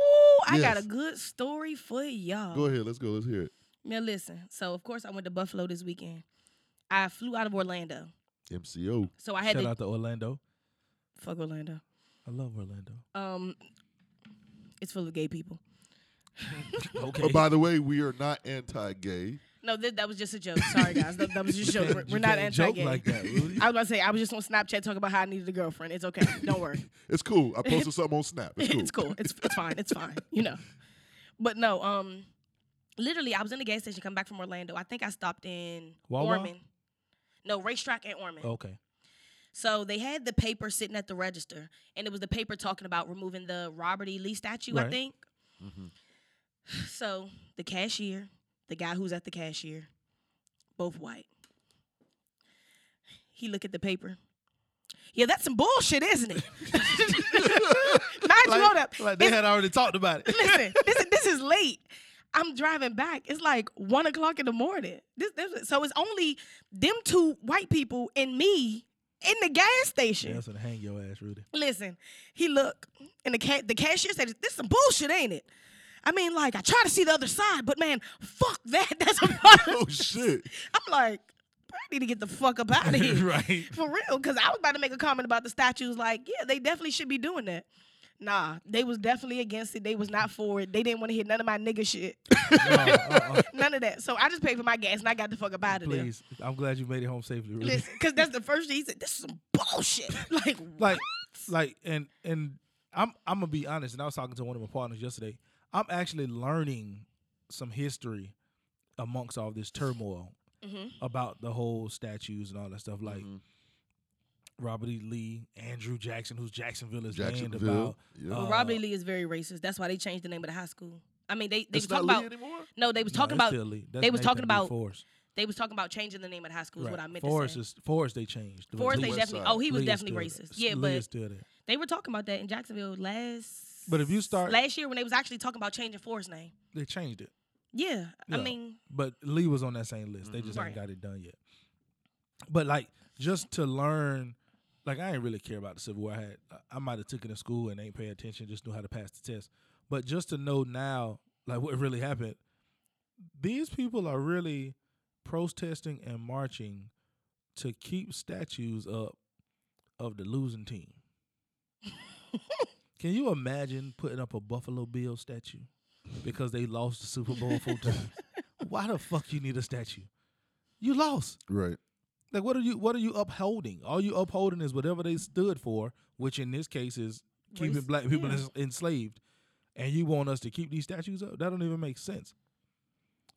F: I got a
E: Yes.
F: good story for y'all.
C: Oh.
E: Go ahead, let's go, let's hear it.
F: Now listen. So of course I went to Buffalo this weekend. I flew out of Orlando,
E: MCO.
F: so I had
C: Shout
F: to
C: out to Orlando.
F: fuck Orlando.
C: I love Orlando.
F: Um, it's full of gay people.
E: But
C: Okay.
E: Oh, by the way, we are not anti-gay.
F: No, th- that was just a joke. Sorry guys, that, that was just a joke. We're,
C: You
F: we're not
C: can't
F: anti-gay.
C: joke like that, Rudy.
F: I was about to say I was just on Snapchat talking about how I needed a girlfriend. It's okay. Don't worry.
E: It's cool. I posted something on Snap. It's cool.
F: it's cool. It's it's fine. It's fine. You know. But no, um, literally, I was in the gas station coming back from Orlando. I think I stopped in
C: Wawa? Oh.
F: Ormond. No, racetrack and Ormond.
C: okay.
F: So they had the paper sitting at the register, and it was the paper talking about removing the Robert E. Lee statue, I
C: Right.
F: think. So the cashier, the guy who's at the cashier, both white. He look at the paper. Yeah, that's some bullshit, isn't it? Mind you, hold up.
C: Like they
F: It's-
C: had already talked about it.
F: listen, this is, this is late. I'm driving back. It's like one o'clock in the morning. This, this so it's only them two white people and me in the gas station.
C: Yeah, that's gonna hang your ass, Rudy.
F: Listen, he look and the ca- the cashier said, "This some bullshit, ain't it?" I mean, like I try to see the other side, but man, fuck that. That's a
E: Oh shit.
F: I'm like, "Bro, I need to get the fuck up out of here.
C: right.
F: For real, because I was about to make a comment about the statues. Like, yeah, they definitely should be doing that. Nah, they was definitely against it. They was not for it. They didn't want to hear none of my nigga shit.
C: uh,
F: none of that. So I just paid for my gas and I got the fuck up out of there.
C: Please. I'm glad you made it home safely, Rudy.
F: Listen, because that's the first thing he said. This is some bullshit. Like,
C: like like and and I'm I'm gonna be honest, and I was talking to one of my partners yesterday. I'm actually learning some history amongst all this turmoil
F: Mm-hmm.
C: about the whole statues and all that stuff. Like Robert E. Lee, Andrew Jackson, who's Jacksonville is named about.
E: Jacksonville. Yeah.
C: uh,
F: Robert E. Lee is very racist. That's why they changed the name of the high school. I mean, they they
E: It's
F: was
E: not
F: talking
E: Lee
F: about
E: anymore?
F: no, they was
C: no,
F: talking
C: it's
F: about
C: still Lee. That's
F: they was
C: Nathan
F: talking
C: B.
F: about
C: Forrest.
F: they was talking about changing the name of the high school. Is what
C: Right.
F: I meant
C: Forrest
F: to say.
C: is Forrest. They changed. But
F: Forrest,
E: Lee
F: they
E: was
F: definitely.
E: side.
F: Oh, he was
C: Lee is
F: definitely
C: still
F: racist.
C: there.
F: Yeah,
C: Lee
F: but
C: is still there.
F: They were talking about that in Jacksonville last
C: But if you start,
F: last year when they was actually talking about changing Forrest's name.
C: they changed it.
F: Yeah,
C: Yeah.
F: I mean,
C: But Lee was on that same list. They just ain't
F: Right.
C: got it done yet. But like just to learn, like I ain't really care about the Civil War. I had I- I might have took it in school and ain't pay attention, just knew how to pass the test. But just to know now, like what really happened, these people are really protesting and marching to keep statues up of the losing team. Can you imagine putting up a Buffalo Bill statue because they lost the Super Bowl four times? Why the fuck you need a statue? You lost.
E: Right.
C: Like what are you what are you upholding? All you upholding is whatever they stood for, which in this case is keeping
F: Race-
C: black people
F: yeah.
C: ens- enslaved. And you want us to keep these statues up? That don't even make sense.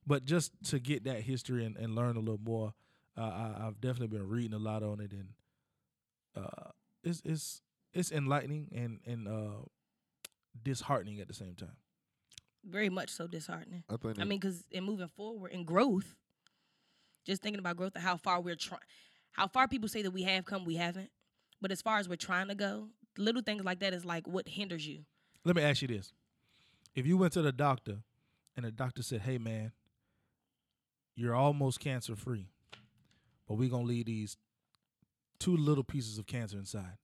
C: But just to get that history and, and learn a little more, uh, I, I've definitely been reading a lot on it and uh, it's it's it's enlightening and and uh, disheartening at the same time.
F: Very much so disheartening.
E: I think.
F: I mean, because in moving forward and growth, just thinking about growth and how far we're trying, how far people say that we have come, we haven't. But as far as we're trying to go, little things like that is like what hinders you.
C: Let me ask you this: If you went to the doctor and the doctor said, "Hey, man, you're almost cancer free, but we're gonna leave these two little pieces of cancer inside.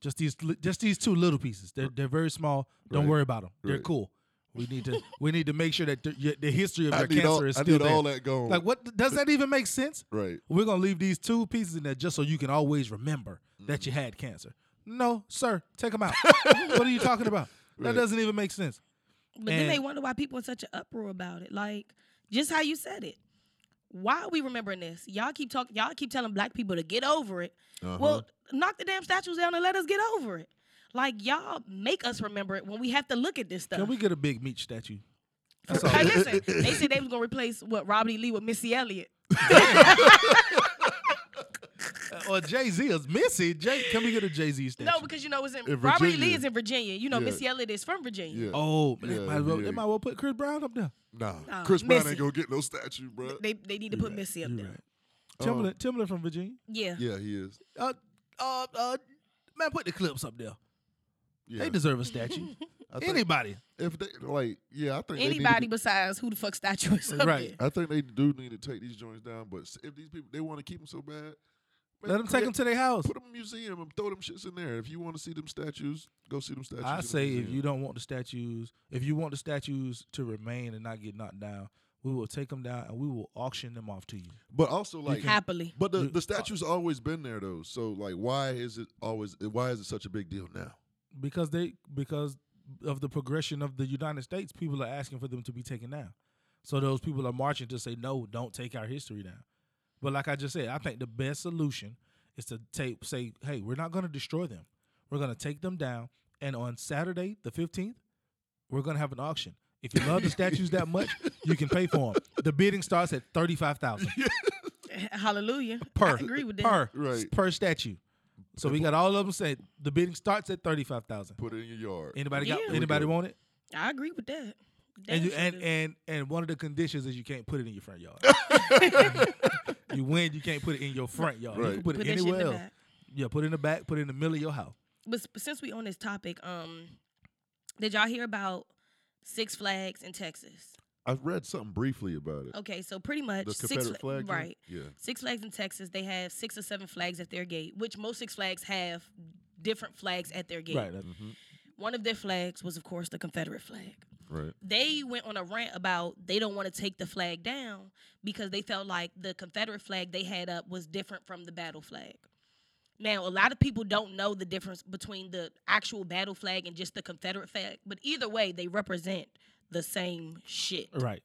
C: just these, li- just these two little pieces. They're they're very small. Don't
E: Right.
C: worry about them. They're
E: Right.
C: cool. We need to we need to make sure that the, your- the history of
E: I
C: your
E: need
C: cancer
E: all,
C: is
E: I
C: still
E: need
C: there.
E: all that gone.
C: Like, what does that even make sense?
E: Right.
C: We're gonna leave these two pieces in there just so you can always remember that you had cancer. No, sir, take them out. what are you talking about? That
E: Right.
C: doesn't even make sense.
F: But then they
C: And-
F: wonder why people are such an uproar about it. Like just how you said it. Why are we remembering this? Y'all keep talking. Y'all keep telling black people to get over it.
C: Uh-huh.
F: Well, knock the damn statues down and let us get over it. Like y'all make us remember it when we have to look at this stuff.
C: Can we get a big meat statue? That's all.
F: Like, listen, they said they was gonna replace what Robert E. Lee with Missy Elliott.
C: Uh, or Jay Z is Missy. Jay, can we get a Jay Z statue?
F: No, because you know it's in,
E: In
F: Robert E. Lee
E: Virginia.
F: is in Virginia. You know
E: Yeah.
F: Missy Elliott is from Virginia.
E: Yeah.
C: oh, but they,
E: Yeah,
C: might well, they
E: yeah.
C: might well put Chris Brown up there.
E: Nah.
F: Nah,
E: Chris Brown
F: Missy.
E: ain't gonna get no statue, bro.
F: They they need to put Missy up
C: You're
F: there.
C: right. Timberland, Timberland from Virginia.
F: Yeah.
E: Yeah, he is.
C: Uh, uh, uh, man, put the clips up there.
E: Yeah.
C: They deserve a statue.
E: I think
C: Anybody,
E: if they like, yeah, I think they need to-
F: Anybody besides who the fuck statue is up
C: Right.
F: there.
E: I think they do need to take these joints down. But s- if these people they want to keep them so bad, man,
C: let them take
E: create-
C: them to their house.
E: Put them in a museum and throw them shits in there. If you want to see them statues, go see them statues.
C: I
E: in the
C: say if
E: museum.
C: you don't want the statues, if you want the statues to remain and not get knocked down, we will take them down and we will auction them off to you.
E: but also like,
F: Happily.
E: but the
C: you-
E: the statue's always been there though. So like, why is it always? Why is it such a big deal now?
C: because they because of the progression of the United States, people are asking for them to be taken down. So those people are marching to say no, don't take our history down. But like I just said, I think the best solution is to take say, hey, we're not going to destroy them. We're going to take them down, and on Saturday the fifteenth, we're going to have an auction. If you love the statues that much, you can pay for them. The bidding starts at thirty five thousand
F: Hallelujah.
C: per
F: I agree with that.
C: per
E: Right.
C: per statue. So we got all of them saying the bidding starts at thirty five thousand.
E: Put it in your yard.
C: Anybody got
F: Yeah.
C: anybody want it?
F: I agree with that. Damn
C: and you
F: sure
C: and,
F: do.
C: and and one of the conditions is you can't put it in your front yard. you win, you can't put it in your front yard. You can
E: Right.
F: Put
C: put, it
F: that shit in
C: anywhere
F: the
C: else.
F: back.
C: Yeah, put it in the back, put it in the middle of your house.
F: But s- since we on this topic, um, did y'all hear about Six Flags in Texas?
E: I read something briefly about it.
F: Okay, so pretty much
E: The
F: Six
E: Confederate
F: Fla-
E: flag, joint?
F: right?
E: Yeah.
F: Six Flags in Texas, they have six or seven flags at their gate, which most Six Flags have different flags at their gate.
C: Right.
E: Mm-hmm.
F: One of their flags was, of course, the Confederate flag.
E: Right.
F: They went on a rant about they don't want to take the flag down because they felt like the Confederate flag they had up was different from the battle flag. Now, a lot of people don't know the difference between the actual battle flag and just the Confederate flag, but either way, they represent the same shit.
C: Right.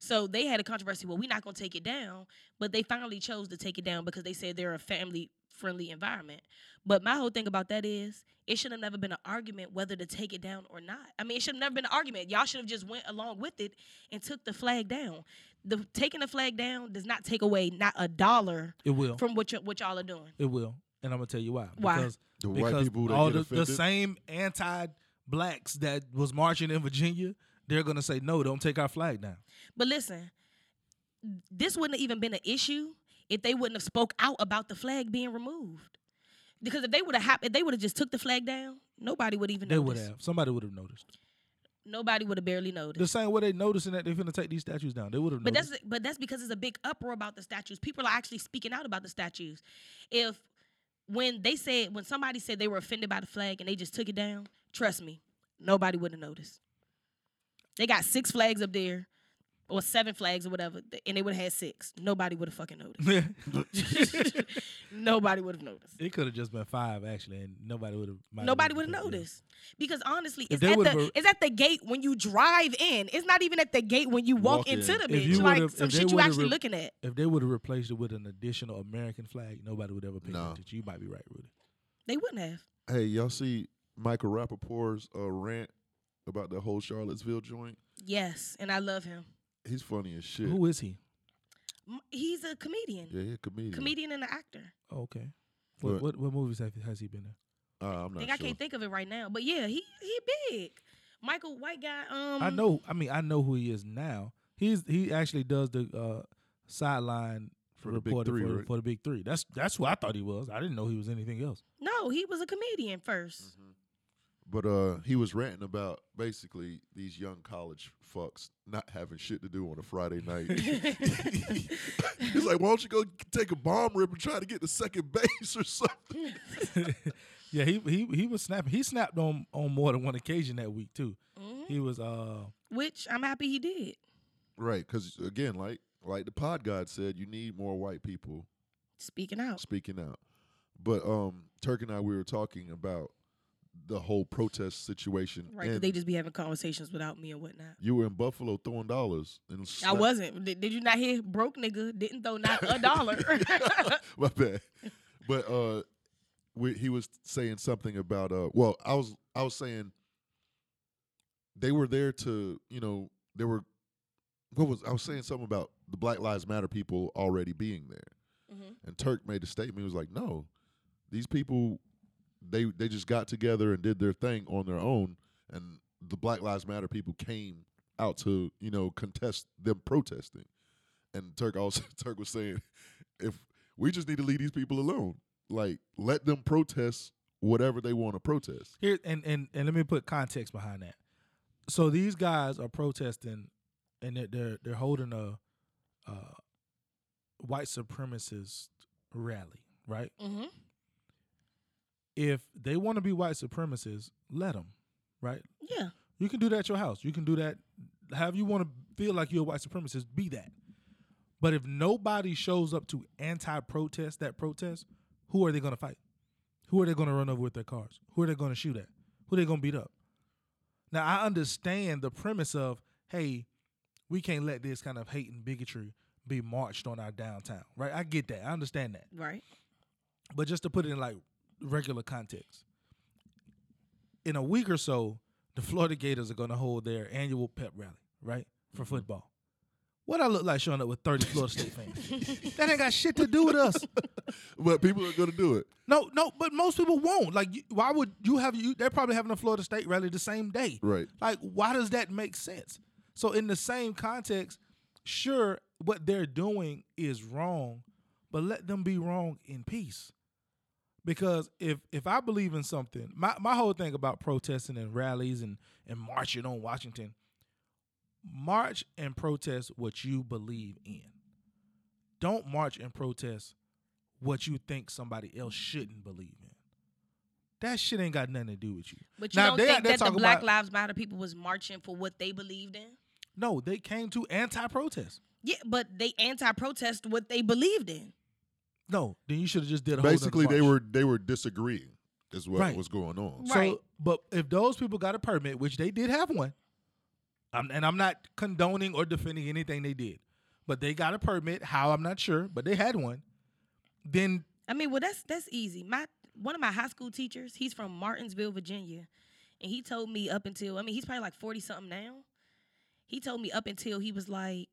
F: So they had a controversy. Well, we're not going to take it down, but they finally chose to take it down because they said they're a family friendly environment. But my whole thing about that is it should have never been an argument whether to take it down or not. I mean, it should have never been an argument. Y'all should have just went along with it and took the flag down. The taking the flag down does not take away not a dollar
C: It will.
F: from what you what y'all are doing.
C: it will. And I'm gonna tell you why.
F: Why?
C: Because,
E: The white
C: because
E: people that
C: all
E: get
C: the, the
E: offended?
C: same anti blacks that was marching in Virginia, they're gonna say, No, don't take our flag down.
F: But listen, this wouldn't have even been an issue if they wouldn't have spoke out about the flag being removed. Because if they would have hap- if they would have just took the flag down, nobody would even
C: They
F: notice.
C: would have. Somebody would have noticed.
F: Nobody would have barely noticed.
C: The same way they noticing that they're gonna take these statues down. They would have
F: but
C: noticed.
F: that's but that's because it's a big uproar about the statues. People are actually speaking out about the statues. If when they said when somebody said they were offended by the flag and they just took it down, trust me, nobody would have noticed. They got six flags up there, or seven flags or whatever, th- and they would have had six. Nobody would have fucking noticed. Nobody would have noticed.
C: it could have just been five actually, and nobody would have
F: Nobody would have noticed because honestly,
C: If
F: it's
C: they
F: at
C: would've
F: the
C: ar-
F: it's at the gate when you drive in. It's not even at the gate when you walk,
E: Walk in.
F: into the
C: If you
F: bitch. Like
C: would've-
F: some
C: if they
F: shit you
C: would've
F: actually
C: re-
F: looking at.
C: If they would have replaced it with an additional American flag, nobody would ever pay
E: No.
C: attention. You might be right, Rudy.
F: They wouldn't have.
E: Hey, y'all see Michael Rappaport's uh, rant about the whole Charlottesville joint?
F: Yes, and I love him.
E: He's funny as shit.
C: Who is he?
F: M- He's a comedian,
E: yeah, he's a comedian.
F: comedian and an actor.
C: Oh, Okay. What
E: But-
C: what, what movies have, has he been in?
E: Uh, I'm not
F: Think
E: sure.
F: I can't think of it right now, but yeah, he he big. Michael White guy. Um,
C: I know. I mean, I know who he is now. He's he actually does the uh, sideline
E: For the big
C: reporter
E: three,
C: for,
E: right?
C: for the big three. That's that's who I thought he was. I didn't know he was anything else.
F: No, he was a comedian 1st
E: But uh, he was ranting about basically these young college fucks not having shit to do on a Friday night.
C: Mm-hmm.
E: He's like, why don't you go take a bomb rip and try to get to second base or something?
C: Yeah, he he he was snapping. He snapped on on more than one occasion that week too. He was uh
F: Mm-hmm. which I'm happy he did.
E: Right, because again, like like the pod god said, you need more white people
F: Speaking out.
E: speaking out. But um, Turk and I we were talking about the whole protest situation.
F: Right, 'cause
E: and
F: they just be having conversations without me and whatnot.
E: you were in Buffalo throwing dollars. And
F: I
E: snap-
F: wasn't. Did, did you not hear? Broke nigga didn't throw not a dollar.
E: My bad. But uh, we, he was saying something about uh. Well, I was I was saying they were there to you know they were what was I was saying something about the Black Lives Matter people already being there,
C: Mm-hmm.
E: and Turk made a statement. He was like, no, these people they they just got together and did their thing on their own, and the Black Lives Matter people came out to you know contest them protesting and Turk also Turk was saying, if we just need to leave these people alone, like let them protest whatever they want to protest.
C: here and and and let me put context behind that. So these guys are protesting, and they're they're, they're holding a uh, white supremacist rally, right?
F: hmm
C: If they want to be white supremacists, let them, right?
F: Yeah,
C: You can do that at your house. You can do that. However you want to feel like you're a white supremacist, be that. But if nobody shows up to anti-protest that protest, who are they going to fight? Who are they going to run over with their cars? Who are they going to shoot at? Who are they going to beat up? Now I understand the premise of hey, we can't let this kind of hate and bigotry be marched on our downtown, right? I get that. I understand that.
F: right.
C: But just to put it in like regular context, in a week or so, the Florida Gators are going to hold their annual pep rally, right, for football. What I look like showing up with thirty Florida State fans? that ain't got shit to do with us.
E: But people are gonna do it.
C: No, no, but most people won't. Like, you- why would you have you? They're probably having a Florida State rally the same day,
E: Right.
C: Like, why does that make sense? So, in the same context, sure, what they're doing is wrong, but let them be wrong in peace. Because if if I believe in something, my my whole thing about protesting and rallies and and marching on Washington, march and protest what you believe in. Don't march and protest what you think somebody else shouldn't believe in. That shit ain't got nothing to do with you.
F: But you don't
C: they out
F: think
C: there
F: that the
C: talking
F: Black
C: about-
F: Lives Matter people was marching for what they believed in?
C: No, they came to anti-protest.
F: Yeah, but they anti-protest what they believed in.
C: No, then you should have just did a whole nother
E: Basically, they
C: march.
E: were they were disagreeing is what
C: Right.
E: was going on.
F: Right.
C: So, but if those people got a permit, which they did have one, I'm, and I'm not condoning or defending anything they did, but they got a permit. How I'm not sure, but they had one. Then
F: I mean, well, that's that's easy. My one of my high school teachers, he's from Martinsville, Virginia, and he told me up until I mean, he's probably like forty something now. He told me up until he was like,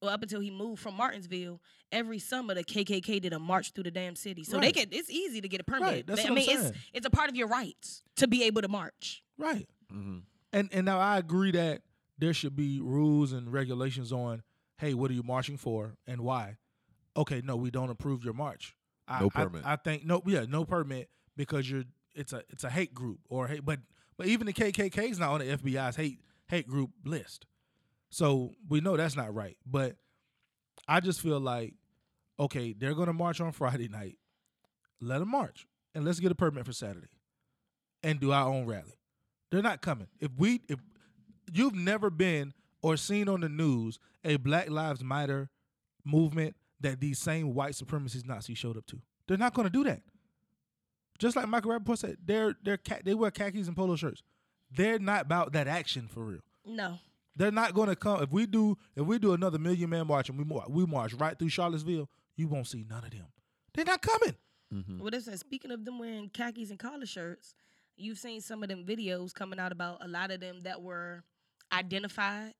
F: well, up until he moved from Martinsville, every summer the KKK did a march through the damn city. So
C: Right.
F: they can, it's easy to get a permit.
C: Right, that's
F: They-
C: what I'm
F: I mean, it's
C: saying.
F: it's a part of your rights to be able to march.
C: Right. And and now I agree that there should be rules and regulations on, hey, what are you marching for and why? Okay, no, we don't approve your march. I,
E: No
C: I-
E: permit.
C: I, think no, yeah, no permit because you're it's a it's a hate group or hate, but but even the KKK is not on the FBI's hate hate group list, so we know that's not right. But I just feel like okay, they're gonna march on Friday night. Let them march and let's get a permit for Saturday and do our own rally. They're not coming. If we if you've never been or seen on the news a Black Lives Matter movement that these same white supremacist Nazis showed up to. They're not going to do that. Just like Michael Rappaport said, they're they're ca- they wear khakis and polo shirts. They're not about that action for real.
F: No,
C: They're not going to come if we do if we do another million man march and we mar- we march right through Charlottesville. You won't see none of them. They're not coming.
F: Well, listen, speaking of them wearing khakis and collar shirts, you've seen some of them videos coming out about a lot of them that were identified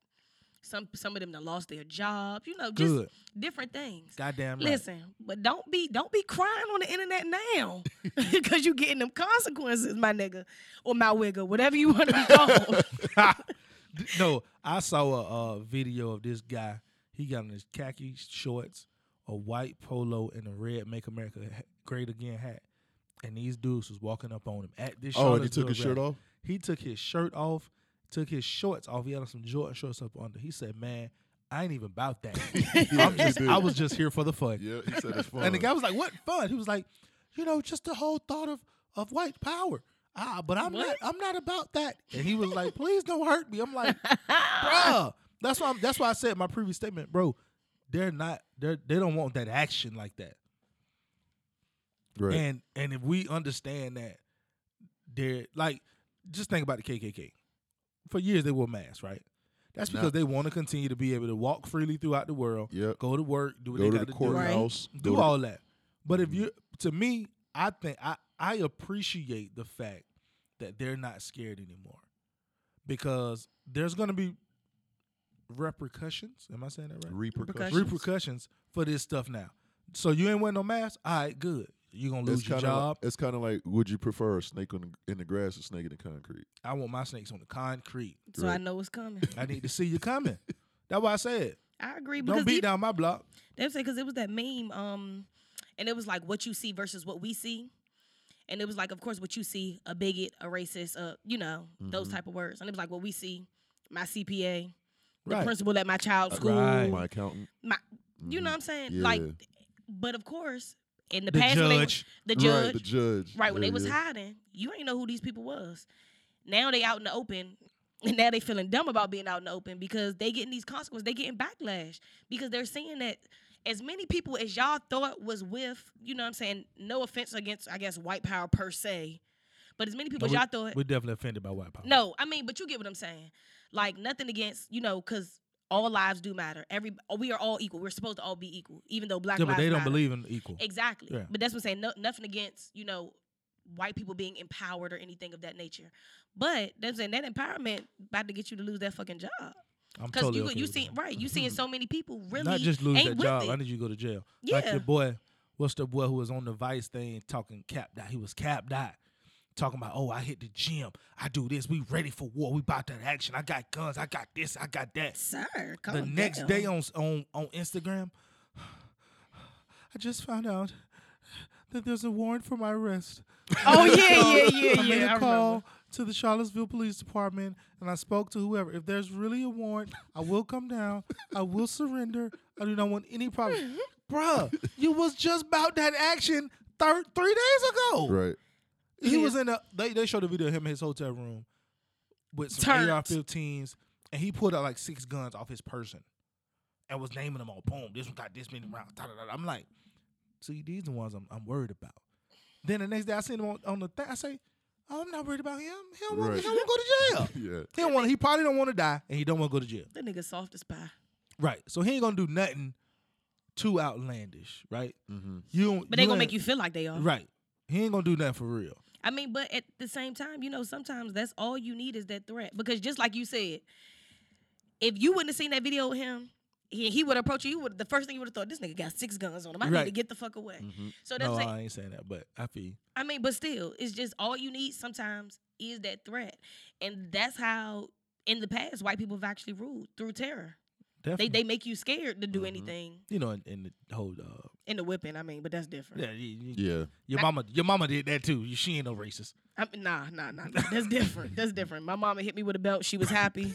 F: Some some of them done lost their jobs. You know, just
C: Good.
F: different things.
C: Goddamn right.
F: Listen, but don't be don't be crying on the internet now because you getting them consequences, my nigga, or my wigger, whatever you want to be called.
C: D- no, I saw a, uh video of this guy. He got on his khaki shorts, a white polo, and a red "Make America Ha- Great Again" hat. And these dudes was walking up on him at this.
E: Oh, and he
C: Charlottesville
E: took his shirt
C: rally.
E: off?
C: He took his shirt off, took his shorts off. He had on some Jordan shorts up under. He said, "Man, I ain't even about that. I'm just, I was just here for the fun."
E: Yeah, he said it's fun.
C: And the guy was like, "What fun?" He was like, "You know, just the whole thought of of white power." Ah, but I'm not. I'm not about that. And he was like, "Please don't hurt me." I'm like, "Bruh, that's why. I'm, that's why I said in my previous statement, bro. They're not. They they don't want that action like that.
E: Right.
C: And and if we understand that, they're like, just think about the KKK. For years they wore masks, right? That's because
E: Nah.
C: they want to continue to be able to walk freely throughout the world.
E: Yep.
C: Go to work, do what
E: go
C: they
E: to
C: got
E: the
C: to do
E: courthouse.
C: do
E: go to-
C: all that. But
E: Mm-hmm.
C: if you, to me, I think I I appreciate the fact that they're not scared anymore because there's going to be repercussions. Am I saying that right?
E: repercussions.
F: Repercussions.
C: Repercussions for this stuff now. So you ain't wearing no mask. All right, good. You gonna lose
E: it's
C: your
E: kinda
C: job.
E: Like, it's kind of like, would you prefer a snake on the, in the grass or snake in the concrete?
C: I want my snakes on the concrete.
F: so I know it's coming.
C: I need to see you coming. That's why I said,
F: I agree because
C: don't beat
F: e-
C: down my block.
F: They say because it was that meme, um, and it was like what you see versus what we see, and it was like, of course, what you see, a bigot, a racist, uh, you know, those type of words, and it was like what we see, my CPA, the
C: Right.
F: principal at my child's school,
C: Right.
E: My accountant.
F: my, you know what I'm saying?
E: Yeah.
F: Like, but of course, in the,
C: The
F: past, when they-
C: judge.
F: the
E: Mm-hmm.
F: judge,
E: Right, the judge.
F: right when
E: Yeah,
F: they was
E: yeah.
F: hiding, you ain't know who these people was. Now they out in the open, and now they feeling dumb about being out in the open because they getting these consequences. They getting backlash because they're saying that as many people as y'all thought was with, you know what I'm saying. No offense against, I guess, white power per se, but as many people as y'all
C: we,
F: thought.
C: we're definitely offended by white power.
F: No, I mean, but you get what I'm saying. Like nothing against, you know, because all lives do matter. Every we are all equal. We're supposed to all be equal, even though black
C: yeah, but
F: lives
C: they don't
F: matter.
C: believe in equal.
F: Exactly.
C: Yeah.
F: But that's what I'm saying. No, nothing against, you know, white people being empowered or anything of that nature. But that's what I'm saying that empowerment about to get you to lose that fucking job.
C: I'm
F: Because
C: totally
F: you
C: okay
F: you
C: with
F: see
C: that.
F: right, you seeing so many people really
C: not just lose
F: ain't
C: that
F: with
C: job.
F: it.
C: I need you to go to jail. Like
F: Yeah.
C: your boy, what's the boy who was on the Vice thing talking capped out? He was capped out. Talking about, oh, I hit the gym. I do this. We ready for war. We about to action. I got guns. I got this. I got that.
F: Sir, calm
C: the next
F: down.
C: day on, s- on on Instagram, I just found out that there's a warrant for my arrest.
F: Oh yeah, yeah, yeah, yeah. I
C: I made a
F: remember.
C: call to the Charlottesville Police Department and I spoke to whoever. If there's really a warrant, I will come down. I will surrender. I do not want any problems. Bruh, you was just about that action thir- three days ago.
E: Right.
C: He was in a they, they showed a video of him in his hotel room with some
F: Turned.
C: AR fifteens and he pulled out like six guns off his person and was naming them all. Boom, this one got this many rounds. da, da, da, da. I'm like, see, these the ones I'm, I'm worried about. Then the next day I seen him on, on the thing. I say, Oh, I'm not worried about him. He don't want
E: Right.
C: he don't wanna go to jail.
E: Yeah.
C: He don't want he probably don't want to die and he don't want to go to jail.
F: That nigga soft as pie.
C: Right. So he ain't gonna do nothing too outlandish, right? Mm-hmm. You don't-
F: But they gonna
C: ain't-
F: make you feel like they are.
C: Right. He ain't gonna do nothing for real.
F: I mean, but at the same time, you know, sometimes that's all you need is that threat. Because just like you said, if you wouldn't have seen that video of him, he, he would approach you. you would the first thing you would have thought, this nigga got six guns on him. I need to
C: Right. Mm-hmm.
F: get the fuck away. So that's
C: No,
F: like,
C: I ain't saying that, but I feel you.
F: I mean, but still, it's just all you need sometimes is that threat, and that's how in the past white people have actually ruled through terror. They
C: Definitely. Mm-hmm.
F: they make you scared to do anything
C: you know, in, in the whole, uh,
F: in the whipping. I mean, but that's different.
C: yeah, you- you-
E: Yeah.
C: your mama, your mama did that too. You- She ain't no racist.
F: I mean, nah, nah, nah, nah. That's different. That's different. My mama hit me with a belt. She was happy.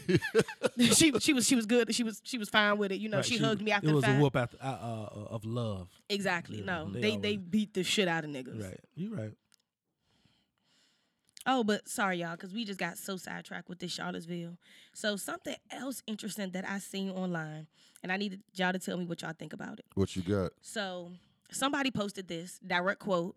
F: she she was she was good. She was she was fine with it. You know,
C: Right,
F: she, hugged me after
C: It
F: the
C: was
F: fact.
C: a whoop after, uh, uh, uh, of love.
F: Exactly.
C: Yeah,
F: no,
C: they
F: they
C: always-
F: they beat the shit out of niggas.
C: Right, you right.
F: Oh, but sorry y'all, because we just got so sidetracked with this Charlottesville. So something else interesting that I seen online, and I need y'all to tell me what y'all think about it.
E: What you got?
F: So somebody posted this direct quote.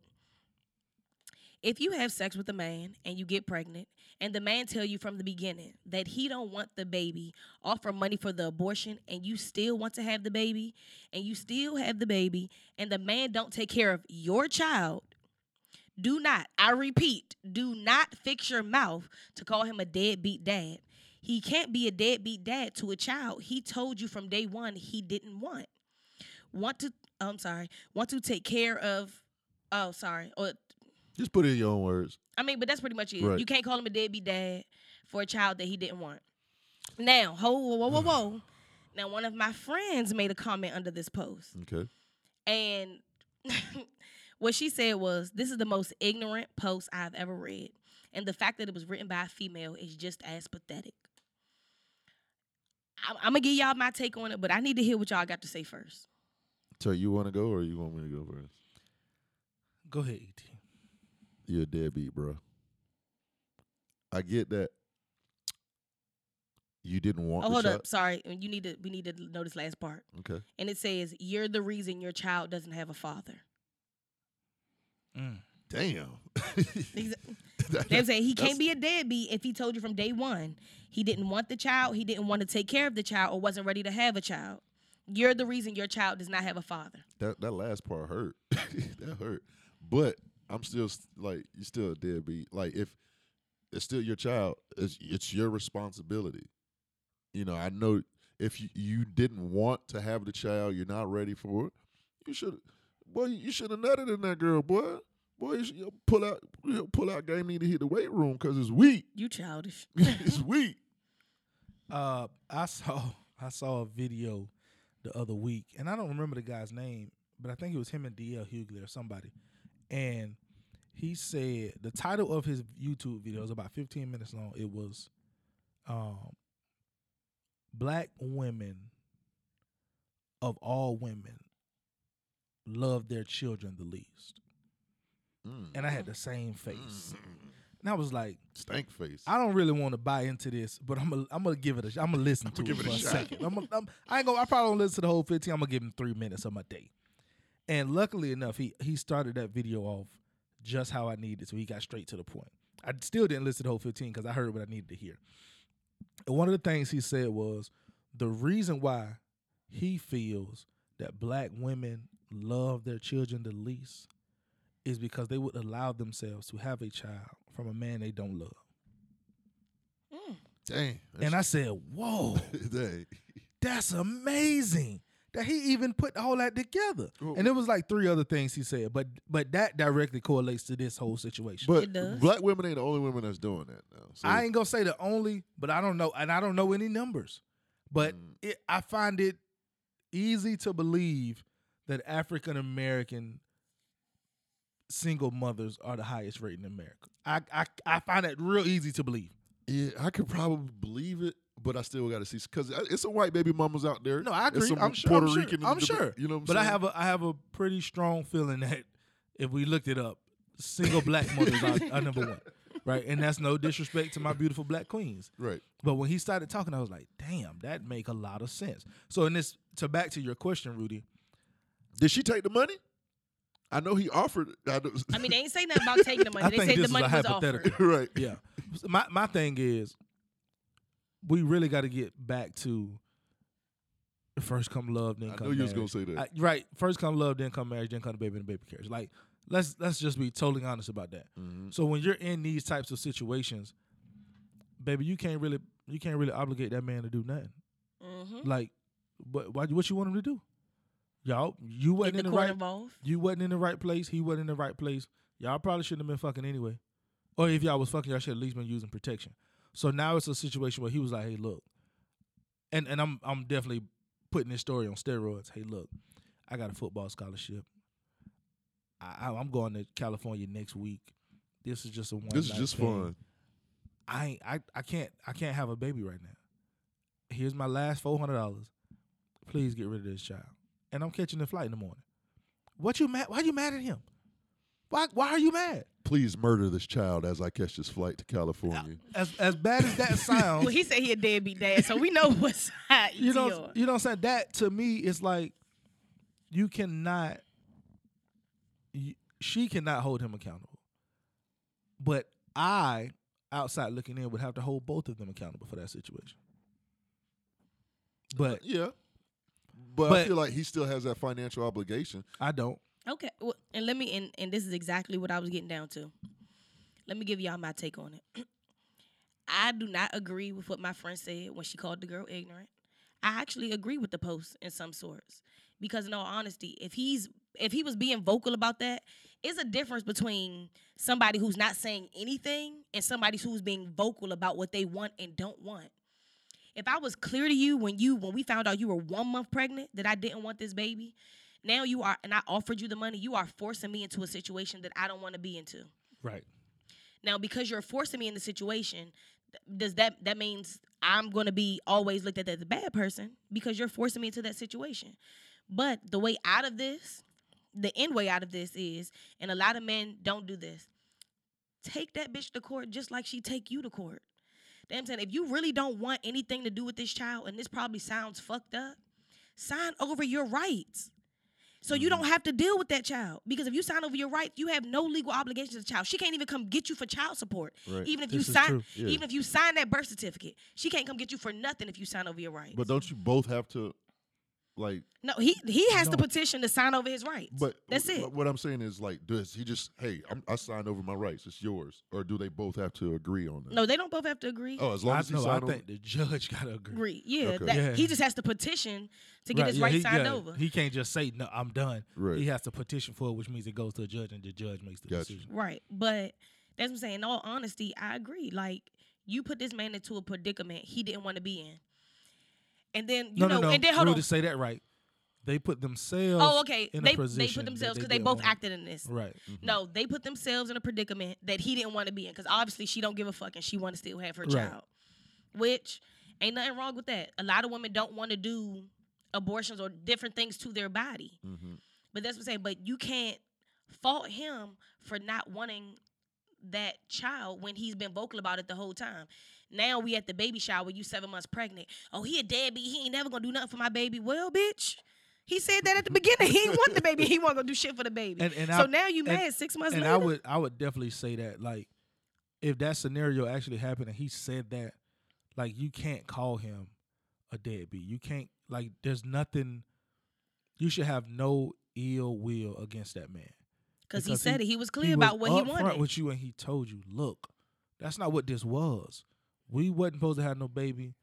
F: If you have sex with a man and you get pregnant and the man tell you from the beginning that he don't want the baby, offer money for the abortion and you still want to have the baby and you still have the baby and the man don't take care of your child, do not, I repeat, do not fix your mouth to call him a deadbeat dad. He can't be a deadbeat dad to a child. He told you from day one he didn't want want to. I'm sorry, want to take care of. Oh, sorry. Or
E: Just put it in your own words.
F: I mean, but that's pretty much it.
E: Right.
F: You can't call him a deadbeat dad for a child that he didn't want. Now, ho, whoa, whoa, whoa, whoa. Now, one of my friends made a comment under this post,
E: Okay.
F: and what she said was, "This is the most ignorant post I've ever read, and the fact that it was written by a female is just as pathetic." I'm, I'm gonna give y'all my take on it, but I need to hear what y'all got to say first.
E: So you want to go or you want me to go first?
C: Go ahead, E ET.
E: You're a deadbeat, bro. I get that. You didn't want.
F: Oh,
E: the
F: hold
E: shot.
F: up, sorry. You need to. We need to know this last part.
E: Okay.
F: and it says you're the reason your child doesn't have a father.
C: Mm.
E: Damn.
F: They say he
E: That's-
F: can't be a deadbeat if he told you from day one he didn't want the child, he didn't want to take care of the child, or wasn't ready to have a child. You're the reason your child does not have a father.
E: That that last part hurt. that hurt. But I'm still s- like you still a deadbeat. Like if it's still your child, it's it's your responsibility. You know, I know if you, you didn't want to have the child, you're not ready for it. You should, boy, you should have nutted in that girl, boy. Boy, you should you pull out, you know, pull out game. Need to hit the weight room because it's weak.
F: You childish.
E: it's weak.
C: Uh, I saw I saw a video the other week, and I don't remember the guy's name, but I think it was him and DL Hughley or somebody. And he said the title of his YouTube video is about 15 minutes long. It was, um, black women of all women love their children the least,
E: Mm,
C: and I had the same face, and I was like.
E: stank face.
C: I don't really want to buy into this, but I'm gonna I'm gonna give it a sh- I'm gonna listen to
E: give
C: it
E: it
C: for
E: a
C: a,
E: shot.
C: second. I'm gonna, I'm, I ain't gonna I probably won't listen to the whole 15. I'm gonna give him three minutes of my day. And luckily enough, he he started that video off just how I needed, so he got straight to the point. I still didn't listen to the whole 15 because I heard what I needed to hear. And one of the things he said was the reason why he feels that black women love their children the least is because they would allow themselves to have a child from a man they don't love.
E: Dang.
C: And I said, "Whoa,
E: dang.
C: that's amazing that he even put all that together."
E: Well-
C: And it was like three other things he said, but but that directly correlates to this whole situation.
E: But
F: It does.
E: black women ain't the only women that's doing that now. So
C: I ain't gonna say the only, but I don't know, and I don't know any numbers. But
E: Mm.
C: it, I find it easy to believe that African American single mothers are the highest rate in America. I I, I find that real easy to believe.
E: Yeah, I could probably believe it, but I still got to see because it's some white baby mamas out there.
C: No, I
E: It's
C: agree.
E: some
C: I'm sure.
E: Puerto
C: I'm sure.
E: Rican. in
C: I'm
E: the-
C: sure.
E: You know what I'm
C: but
E: saying?
C: I have a I have a pretty strong feeling that if we looked it up, single black mothers are, are number one, right? And that's no disrespect to my beautiful black queens.
E: right.
C: But when he started talking, I was like, "Damn, that make a lot of sense." So in this, to back to your question, Rudy,
E: Did she take the money? I know he offered. I, know,
F: I mean, they ain't say nothing about taking the money.
C: I
F: they
C: think
F: said the
C: this is
F: money
C: a
F: was
C: hypothetical.
F: offered.
E: right.
C: yeah. So my my thing is, we really got to get back to first come love, then
E: I
C: come.
E: know you was gonna
C: marriage.
E: say that.
C: I- right, first come love, then come marriage, then come the baby and the baby carriage. Like, let's let's just be totally honest about that. So when you're in these types of situations, baby, you can't really you can't really obligate that man to do nothing.
F: Mm-hmm.
C: Like, what why, what you want him to do? Y'all, you wasn't
F: Get
C: in
F: the
C: the
F: court
C: right
F: involved.
C: you wasn't in the right place. He wasn't in the right place. Y'all probably shouldn't have been fucking anyway. Or if y'all was fucking, y'all should at least been using protection. So now it's a situation where he was like, "Hey, look," and and I'm I'm definitely putting this story on steroids. Hey, look, I got a football scholarship. I, I, I'm going to California next week. This is just a one.
E: This is
C: night
E: just
C: thing.
E: fun.
C: I ain't, I I can't I can't have a baby right now. Here's my last four hundred dollars. Please get rid of this child. And I'm catching the flight in the morning. What you mad? Why you mad at him? Why why are you mad?
E: Please murder this child as I catch this flight to California.
C: As as bad as that
F: Well,
C: sounds,
F: he said he a deadbeat dad, so we know what's hot.
C: you know you know what I'm saying. That to me is like you cannot. You, she cannot hold him accountable, but I, outside looking in, would have to hold both of them accountable for that situation. But
E: yeah. But, I
C: But-
E: feel like he still has that financial obligation.
C: I don't.
F: Okay, well, and let me and, and this is exactly what I was getting down to. Let me give y'all my take on it. I do not agree with what my friend said when she called the girl ignorant. I actually agree with the post in some sorts because, in all honesty, if he's if he was being vocal about that, it's a difference between somebody who's not saying anything and somebody who's being vocal about what they want and don't want. If I was clear to you when you when we found out you were one month pregnant that I didn't want this baby, now you are and I offered you the money, you are forcing me into a situation that I don't want to be into.
C: Right.
F: Now, because you're forcing me in the situation, th- does that that means I'm going to be always looked at as a bad person because you're forcing me into that situation? But the way out of this, the end way out of this is, and a lot of men don't do this. Take that bitch to court just like she take you to court. Damn, saying if you really don't want anything to do with this child, and this probably sounds fucked up, sign over your rights. So you don't have to deal with that child because if you sign over your rights, you have no legal obligation to the child. She can't even come get you for child support,
E: Right.
F: even if
C: This
F: you
C: is
F: sign,
C: true.
E: Yeah.
F: even if you sign that birth certificate. She can't come get you for nothing if you sign over your rights.
E: But don't you both have to, like,
F: no, he he has to
C: No.
F: petition to sign over his rights.
E: but
F: that's
E: w-
F: it.
E: but What I'm saying is, like, does he just, hey, I'm, I signed over my rights, it's yours, or do they both have to agree on that?
F: no, they don't both have to agree.
E: Oh, as long
C: I,
E: as he
C: no, I
E: signed
C: think the judge got to agree.
F: Agree, yeah,
E: Okay.
F: that-
C: Yeah.
F: He just has to petition to get his
C: yeah,
F: rights
C: he-
F: signed
C: yeah,
F: over.
C: He can't just say no, I'm done.
E: Right.
C: He has to petition for it, which means it goes to a judge and the judge makes the
E: Gotcha.
C: decision.
F: Right. But that's what I'm saying. In all honesty, I agree. Like, you put this man into a predicament he didn't want to be in. And then, you
C: no,
F: know,
C: no, no.
F: and then hold
C: Rue,
F: on.
C: to say that right. They put themselves.
F: Oh, okay.
C: In
F: They,
C: a
F: they
C: position
F: put themselves
C: because
F: because they, both acted in this.
C: Right.
F: No, they put themselves in a predicament that he didn't want to be in because obviously she don't give a fuck and she want to still have her
C: Right.
F: child, which ain't nothing wrong with that. A lot of women don't want to do abortions or different things to their body,
E: Mm-hmm.
F: but that's what I'm saying. But you can't fault him for not wanting that child when he's been vocal about it the whole time. Now we at the baby shower, you seven months pregnant. Oh, he a deadbeat. He ain't never gonna do nothing for my baby. Well, bitch. He said that at the beginning. He didn't want the baby. He wasn't gonna do shit for the baby.
C: And- and
F: so
C: I-
F: now you
C: and-
F: mad six months
C: And
F: later.
C: I would, I would definitely say that, like, if that scenario actually happened and he said that, like, you can't call him a deadbeat. You can't, like, there's nothing. You should have no ill will against that man.
F: Cause he
C: because
F: said
C: he-
F: it. He was clear about what he
C: upfront
F: wanted.
C: with you, and he told you, "Look, that's not what this was. We wasn't supposed to have no baby.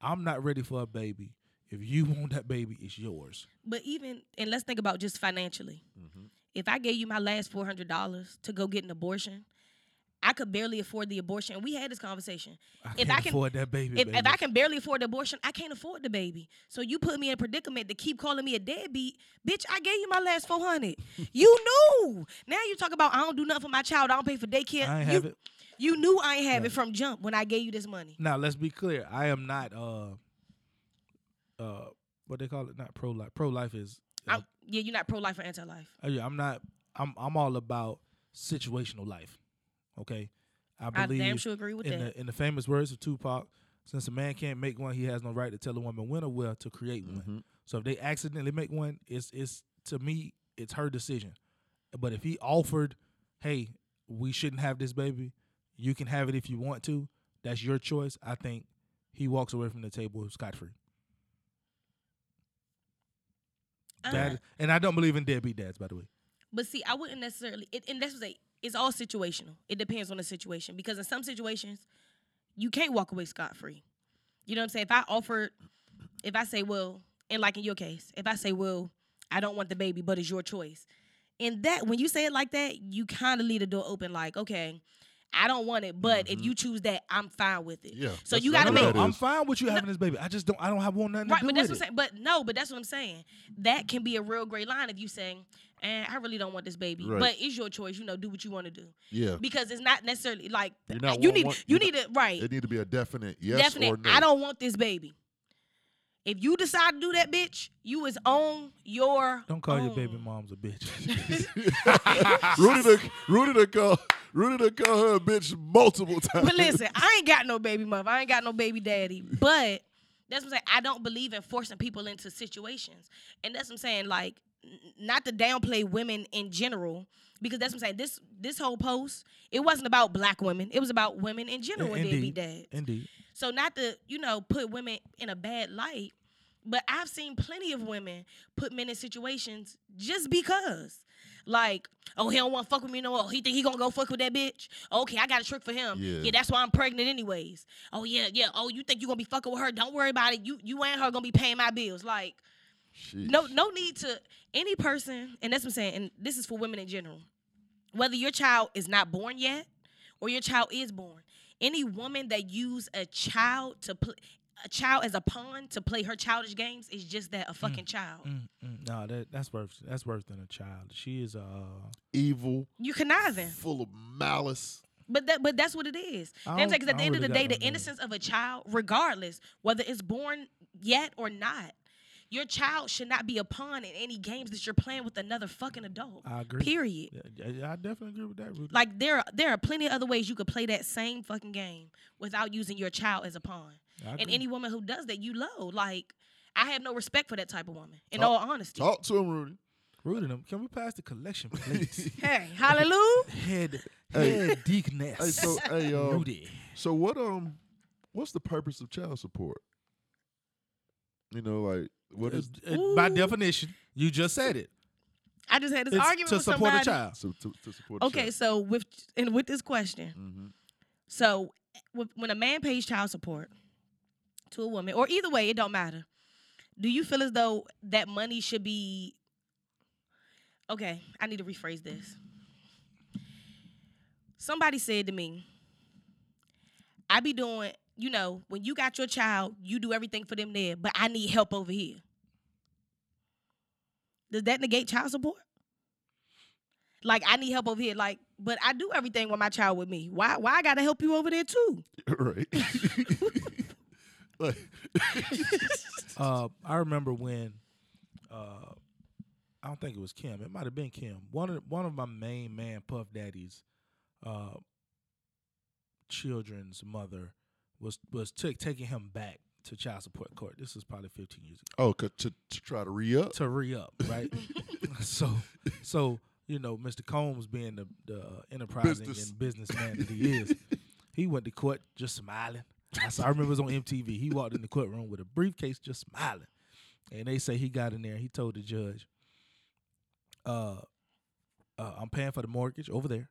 C: I'm not ready for a baby. If you want that baby, it's yours."
F: but even and let's think about just financially.
C: Mm-hmm.
F: If I gave you my last four hundred dollars to go get an abortion, I could barely afford the abortion. And we had this conversation.
C: I
F: if
C: can't
F: I can
C: afford that baby,
F: if,
C: baby.
F: if I can barely afford the abortion, I can't afford the baby. So you put me in a predicament to keep calling me a deadbeat. Bitch, I gave you my last 400. you knew. Now you talk about I don't do nothing for my child. I don't pay for daycare.
C: I ain't
F: you,
C: have it.
F: you knew I ain't have it from jump when I gave you this money.
C: now let's be clear. I am not uh uh what they call it, not pro life. Pro life is uh,
F: I'm, yeah, you're not pro life or anti life.
C: uh, yeah, I'm not. I'm I'm all about situational life. Okay, I
F: damn
C: believe
F: sure agree with
C: in
F: that.
C: The, in the famous words of Tupac, since a man can't make one, he has no right to tell a woman when or where to create one. So if they accidentally make one, it's it's to me it's her decision. But if he offered, hey, we shouldn't have this baby. You can have it if you want to. That's your choice. I think he walks away from the table scot free.
F: Uh,
C: That and I don't believe in deadbeat dads, by the way.
F: But see, I wouldn't necessarily. It, and that's what they. It's all situational. It depends on the situation because in some situations, you can't walk away scot free. You know what I'm saying? If I offered, if I say, well, and like in your case, if I say, well, I don't want the baby, but it's your choice. And that when you say it like that, you kind of leave the door open. Like, okay, I don't want it, but
C: Mm-hmm.
F: if you choose that, I'm fine with it.
E: Yeah,
F: So
E: that's-
F: you got
E: I
F: to
E: know
F: make
E: that is.
C: I'm fine with you having this baby. I just don't. I don't have one nothing
F: Right,
C: to do
F: but that's what I'm
C: with
F: saying. But no, but that's what I'm saying. That can be a real gray line if you saying, eh, I really don't want this baby.
E: Right.
F: But it's your choice. You know, do what you want to do.
E: Yeah.
F: Because it's not necessarily like
E: You're not
F: you
E: one-
F: need
E: one-
F: you
E: you're
F: need
E: not-
F: to right.
E: It need to be a definite yes
F: definite.
E: or no.
F: I don't want this baby. If you decide to do that, bitch, you is on your
C: Don't call your
F: own.
C: baby moms a bitch.
E: Rudy to Rudy to call Rudy to call her a bitch multiple times.
F: But listen, I ain't got no baby mother. I ain't got no baby daddy. But that's what I'm saying. I don't believe in forcing people into situations. And that's what I'm saying. Like, n- not to downplay women in general, because that's what I'm saying. This this whole post, it wasn't about black women. It was about women in general and
C: Indeed.
F: deadbeat dads.
C: Indeed.
F: So not to, you know, put women in a bad light, But I've seen plenty of women put men in situations just because. Like, oh, he don't want to fuck with me no more. He think he gonna go fuck with that bitch. Okay, I got a trick for him.
E: Yeah.
F: yeah, that's why I'm pregnant anyways. Oh yeah, yeah. Oh, you think you gonna be fucking with her? Don't worry about it. You you and her gonna be paying my bills. Like,
E: Shit.
F: no no need to any person and that's what i'm saying and this is for women in general whether your child is not born yet or your child is born any woman that use a child to play a child as a pawn to play her childish games is just that a fucking child
C: Mm, no, that that's worse. That's worse than a child. She is uh
E: Evil,
F: you conniving
E: full of malice.
F: but that but that's what it is
C: I
F: that's because
C: don't- I
F: at the
C: don't
F: end of the
C: really
F: day
C: got
F: the
C: no man.
F: innocence of a child regardless whether it's born yet or not your child should not be a pawn in any games that you're playing with another fucking adult
C: I agree.
F: period
C: Yeah, yeah, I definitely agree with that. Rudy.
F: like there are, there are plenty of other ways you could play that same fucking game without using your child as a pawn.
C: I
F: And
C: agree.
F: any woman who does that, you low. Like I have no respect for that type of woman. In all
E: Talk-
F: honesty.
E: Talk to him, Rudy.
C: Rudy, them- can we pass the collection, please?
F: Hey, hallelujah.
C: head,
E: Hey.
C: head deaconess.
E: Hey, so hey, um,
C: Rudy.
E: So what um, what's the purpose of child support? You know, like what is
C: Uh, uh, by
F: Ooh.
C: definition, you just said it.
F: I just had this
C: It's
F: argument
C: to
F: with
C: support
F: somebody.
C: a child.
E: so to, to support?
F: Okay, so with and with this question,
E: hmm
F: so wh- when a man pays child support to a woman, or either way, it don't matter. Do you feel as though that money should be? Okay, I need to rephrase this. Somebody said to me, "I be doing, you know, when you got your child, you do everything for them there, but I need help over here." Does that negate child support? Like I need help over here, like, but I do everything with my child with me. Why? Why I gotta help you over there too?
E: right. like,
C: Uh, I remember when uh, I don't think it was Kim. It might have been Kim. One of one of my main man Puff Daddy's uh, children's mother was was took taking him back to child support court. This is probably 15 years ago.
E: oh, 'cause to to try to re up.
C: to re up, right? so, so you know, Mr. Combs being the, the uh, enterprising
E: Business.
C: and businessman that he is, he went to court just smiling. I, saw, I remember it was on MTV. He walked in the courtroom with a briefcase, just smiling, and they say he got in there. He told the judge, uh, uh, "I'm paying for the mortgage over there.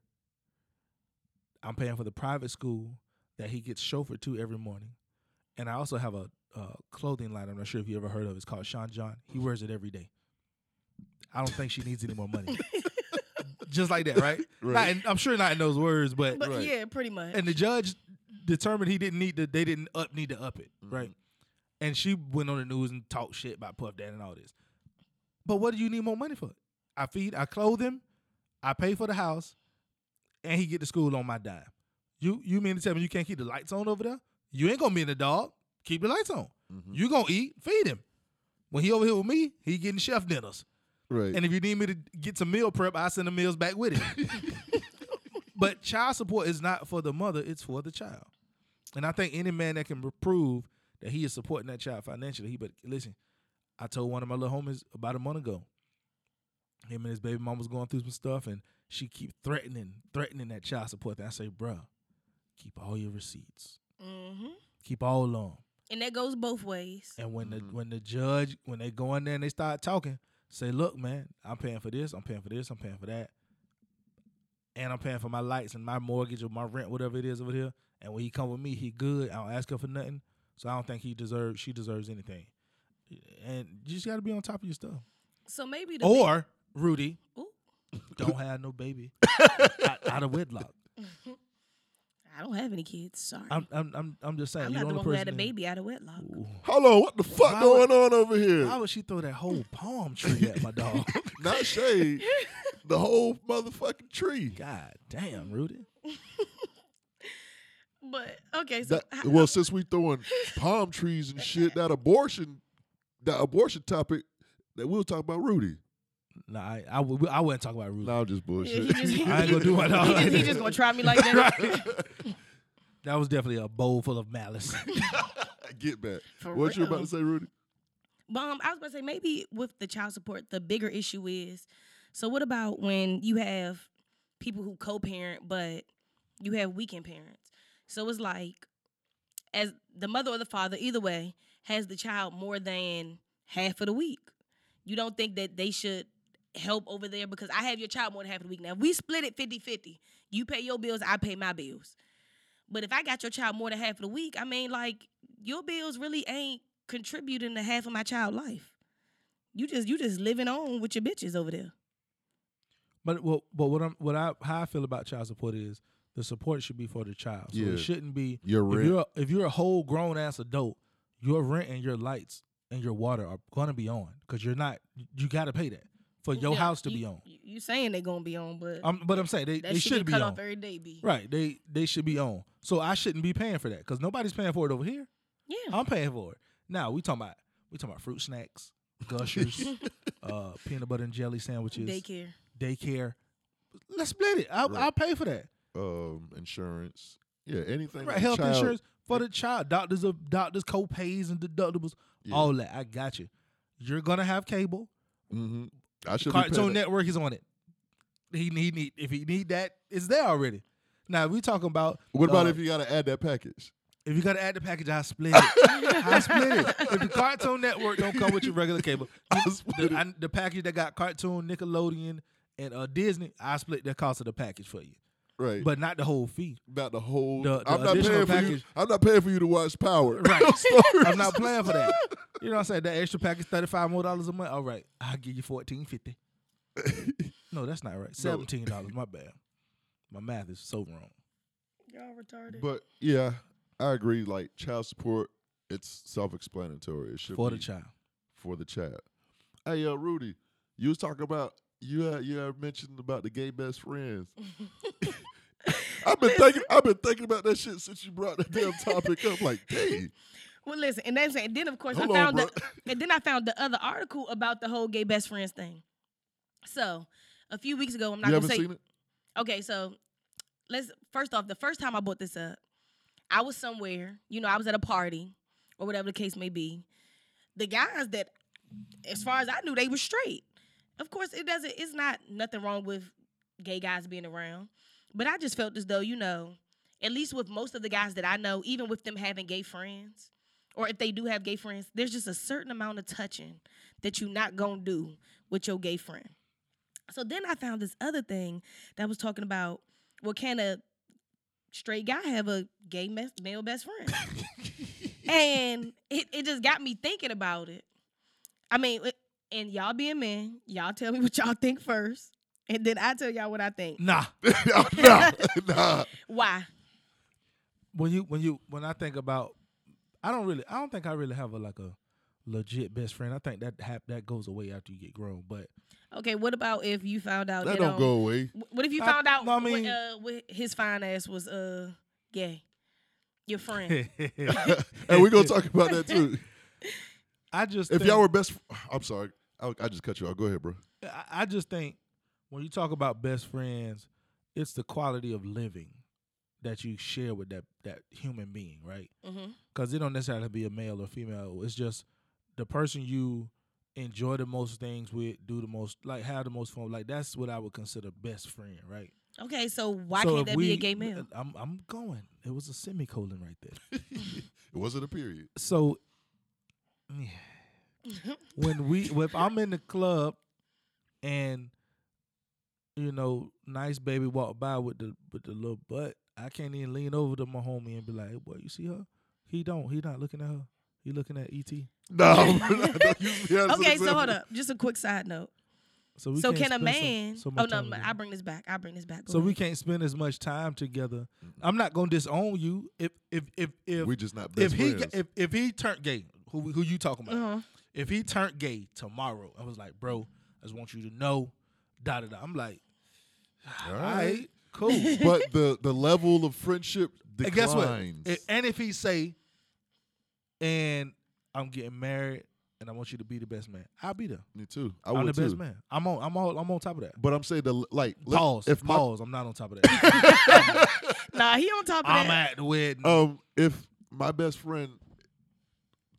C: I'm paying for the private school that he gets chauffeured to every morning, and I also have a." Uh, clothing line. I'm not sure if you ever heard of. it. It's called Sean John. He wears it every day. I don't think she needs any more money. Just like that, right?
E: Right.
C: Not in- I'm sure not in those words, but,
F: But yeah, pretty much.
C: and the judge determined he didn't need to. They didn't up need to up it, right? And she went on the news and talked shit about Puff Daddy and all this. But what do you need more money for? I feed, I clothe him, I pay for the house, and he get to school on my dime. You you mean to tell me you can't keep the lights on over there? You ain't gonna be in the dog. Keep the lights on. You gonna eat, feed him. When he over here with me, he getting chef dinners.
E: Right.
C: And if you need me to get some meal prep, I send the meals back with it. but child support is not for the mother, it's for the child. And I think any man that can prove that he is supporting that child financially, he but listen, I told one of my little homies about a month ago. Him and his baby mom was going through some stuff and she keep threatening, threatening that child support. thing. I say, bruh, keep all your receipts.
F: hmm
C: Keep all of 'em.
F: and that goes both ways.
C: And when the when the judge when they go in there and they start talking, say, "Look, man, I'm paying for this, I'm paying for this, I'm paying for that, and I'm paying for my lights and my mortgage or my rent, whatever it is over here." And when he come with me, he good. I don't ask her for nothing, so I don't think he deserves she deserves anything. And you just got to be on top of your stuff.
F: So maybe the
C: Or Rudy,
F: Ooh,
C: don't have no baby out, out of wedlock.
F: I don't have any kids. Sorry, I'm,
C: I'm I'm I'm, I'm just
F: not
C: saying. you're
F: the
C: only
F: one who had a
C: person in-
F: baby out of wedlock.
E: Hold on, what the fuck
C: Why would-
E: going on over here?
C: Why would she throw that whole palm tree at my dog?
E: Not shade. the whole motherfucking tree.
C: God damn, Rudy.
F: But okay, so
E: That, well, since we throwing palm trees and shit, that abortion, that abortion topic, that we'll talk about Rudy.
C: Nah, I, I, would- I wouldn't talk about Rudy.
E: Now just
F: yeah,
E: bullshit.
F: he just he,
C: I ain't gonna do my dog.
F: just, he
C: like
F: just
C: that.
F: gonna try me like that
C: That was definitely a bowl full of malice.
E: Get back.
F: for
E: What you
F: real.
E: about to say, Rudy?
F: But um, I was about to say maybe with the child support, the bigger issue is. So what about when you have people who co-parent, but you have weekend parents? So it's like, as the mother or the father, either way, has the child more than half of the week. You don't think that they should help over there because I have your child more than half of the week. Now, if we split it 50 50, you pay your bills, I pay my bills. But if I got your child more than half of the week, I mean, like, your bills really ain't contributing to half of my child life. You just you just living on with your bitches over there.
C: But well, but what I'm what I how I feel about child support is the support should be for the child. So
E: Yeah.
C: it shouldn't be
E: Your
C: if
E: rent.
C: you're a- if you're a whole grown ass adult, your rent and your lights and your water are gonna be on because you're not you got to pay that for your
F: Yeah,
C: house to
F: you-
C: be on.
F: You, you saying they gonna be on, but
C: I'm, but I'm saying they,
F: that
C: they
F: should
C: should be
F: cut
C: on.
F: off every day, B.
C: Right. They they should be on. So I shouldn't be paying for that because nobody's paying for it over here.
F: Yeah.
C: I'm paying for it. Now we talking about we talking about fruit snacks, gushers, uh, peanut butter and jelly sandwiches,
F: Daycare.
C: daycare. Let's split it. I,
E: Right.
C: I'll pay for that.
E: um, insurance. Yeah, anything.
C: Right.
E: that
C: Health
E: child-
C: insurance for the child. Doctors of doctors co-pays and deductibles.
E: Yeah.
C: All that. I got you. You're gonna have cable. Mm-hmm.
E: Mhm. I should be
C: Cartoon
E: paying that.
C: Network is on it. He need, need if he need that, it's there already. Now we talking about
E: What about
C: uh,
E: if you got to add that package?
C: If you gotta add the package, I split it. I split it. If the Cartoon Network don't come with your regular cable, you- the, I- the package that got Cartoon, Nickelodeon, and uh, Disney, I split the cost of the package for you,
E: Right,
C: but not the whole fee.
E: about the whole.
C: the- the
E: I'm not paying
C: additional
E: for you.
C: package-
E: I'm not paying for you to watch Power.
C: Right. I'm not playing for that. You know what I'm saying? That extra package, thirty five more dollars a month. All right, I'll give you fourteen fifty. No, that's not right. Seventeen dollars. My bad. My math is so wrong.
F: Y'all retarded.
E: But yeah, I agree. Like child support, it's self-explanatory. It should
C: For
E: be
C: the child.
E: for the child. Hey, uh, Rudy, you was talking about you had you had mentioned about the gay best friends. I've been thinking I've been thinking about that shit since you brought that damn topic up. Like, dang,
F: Well, listen, and that's and then of course
E: Hold
F: I
E: on,
F: found the,
E: bro.
F: and then I found the other article about the whole gay best friends thing. So a few weeks ago, I'm not
E: you
F: gonna
E: haven't
F: say.
E: seen it?
F: Okay, so let's first off, the first time I brought this up, I was somewhere, you know, I was at a party or whatever the case may be. The guys that, as far as I knew, they were straight. Of course, it doesn't. It's not nothing wrong with gay guys being around, but I just felt as though, you know, at least with most of the guys that I know, even with them having gay friends, or if they do have gay friends, there's just a certain amount of touching that you're not gonna do with your gay friend. So then I found this other thing that was talking about well, can a straight guy have a gay mes- male best friend? and it, it just got me thinking about it. I mean, it- and y'all being men, y'all tell me what y'all think first, and then I tell y'all what I think.
C: Nah.
E: nah, nah.
F: Why?
C: when you when you when I think about, I don't really I don't think I really have a like a legit best friend. I think that hap- that goes away after you get grown. But
F: Okay, what about if you found out
E: That
F: you
E: don't
F: know,
E: go away.
F: wh- What if you
C: I-
F: found out
C: no, I
F: wh-
C: mean-
F: uh, wh- his fine ass was uh gay? Your friend.
E: and we're gonna talk about that too.
C: I just
E: If
C: think,
E: y'all were best, I'm sorry, I, I just cut you off. Go ahead, bro.
C: I, I just think when you talk about best friends, it's the quality of living that you share with that that human being, right?
F: Mhm.
C: Because it don't necessarily have to be a male or female. It's just the person you enjoy the most things with, do the most, like have the most fun. Like that's what I would consider best friend, right?
F: Okay, so why
C: So
F: can't
C: if
F: that be a
C: we-
F: gay male?
C: I'm I'm going. It was a semicolon right there.
E: It wasn't a period.
C: So yeah. when we if I'm in the club and you know, nice baby walk by with the with the little butt, I can't even lean over to my homie and be like, hey, boy, you see her? He don't. He not looking at her. He looking at E ET.
E: No, don't use me as an
F: Okay, so hold
E: example.
F: up. Just a quick side note.
C: So we
F: so
C: can't
F: can a
C: spend so-
F: man?
C: So,
F: oh
C: much
F: no,
C: time
F: I
C: together.
F: bring this back. I bring this back. Go
C: so we
F: ahead.
C: can't spend as much time together. I'm not gonna disown you if if if if
E: We just not best
C: if he
E: friends.
C: if if he turned gay, who we- who you talking about?
F: Uh-huh.
C: If he turned gay tomorrow, I was like, bro, I just want you to know, da da da. I'm like, all right, cool. and
E: but the the level of friendship declines.
C: guess what? A- And if he say, and I'm getting married, and I want you to be the best man, I'll be there.
E: Me too. I
C: I'm
E: would
C: the
E: too.
C: best man. I'm on. I'm on. I'm on top of that.
E: But I'm saying the like let-
C: Pause.
E: if my
C: pause. I'm not on top of that.
F: Nah, he on top of
C: I'm
F: that.
C: at the wedding.
E: um if my best friend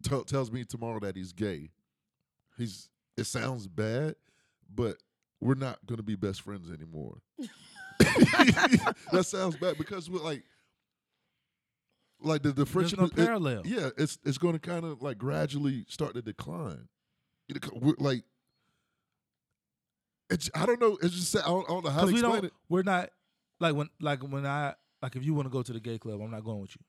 E: t- tells me tomorrow that he's gay, he's it sounds bad, but we're not gonna be best friends anymore. that sounds bad because we're like like the, the friendship
C: no
E: is- it-
C: parallel.
E: yeah, it's it's going to kind of like gradually start to decline. It, co- we're, like, it's I don't know. It's just I don't, I don't know how to
C: Because we
E: explain
C: don't.
E: it.
C: We're not like when like when I like if you want to go to the gay club, I'm not going with you.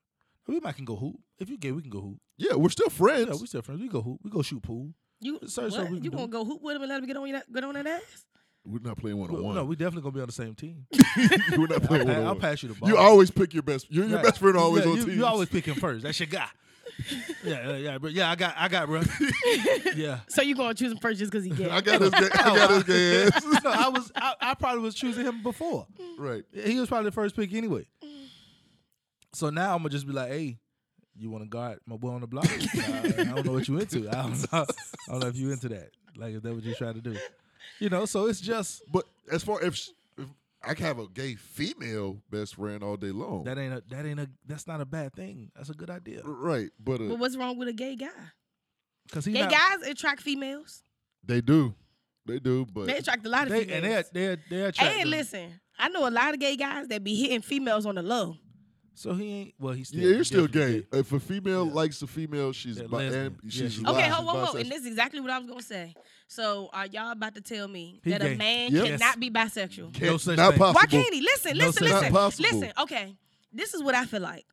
C: We might can go hoop. If you gay, we can go hoop.
E: Yeah, we're still friends.
C: Yeah, we still friends. We go hoop. We go shoot pool.
F: You
C: Sorry,
F: what?
C: sorry, we can
F: you
C: do
F: gonna
C: it.
F: go hoop with him and let him get on your get on that ass?
E: we, are not playing one on
C: Well,
E: one.
C: No, we definitely gonna be on the same team.
E: we're not playing
C: I'll
E: one on one.
C: pass you the ball.
E: You always pick your best. You're your
C: Right.
E: best friend always
C: Yeah,
E: on
C: you,
E: teams.
C: you always pick him first. That's your guy. yeah, yeah, yeah, bro. Yeah, I got, I got, bro. yeah.
F: So you gonna choose him first just because he
E: I
F: gay?
E: got his. ga- I got his gay ass.
C: no, I was, I, I probably was choosing him before.
E: Right.
C: He was probably the first pick anyway. So now I'm gonna just be like, hey, you want to guard my boy on the block? I, I don't know what you into. I don't know. I don't know if you into that. Like, if that what you try to do? You know. So it's just
E: But as far if, sh- if I can have a gay female best friend all day long,
C: that ain't a, that ain't a, that's not a bad thing. That's a good idea.
E: right? But, uh,
F: But what's wrong with a gay guy?
C: Cause he
F: Gay
C: not,
F: guys attract females.
E: they do, they do. But
F: They attract a lot of
C: they, and they're
F: females.
C: they're they're
F: And,
C: attractive.
F: listen, I know a lot of gay guys that be hitting females on the low.
C: So he ain't. Well, he's still
E: yeah, you're still
C: definitely
E: gay. If a female likes a female, she's
C: They're
E: bi-
C: lesbian.
E: and
C: Yeah,
E: she's
C: she's
E: bi-
F: Okay,
E: she's
F: hold, whoa, whoa,
E: bisexual.
F: and this is exactly what I was gonna say. So are y'all about to tell me
C: He
F: that
C: gay.
F: a man
E: Yep.
F: cannot be bisexual?
C: No such
E: not
C: thing.
E: possible.
F: Why can't he? Listen,
C: No
F: listen,
C: such
F: listen,
E: thing. Not possible.
F: listen. Okay, this is what I feel like.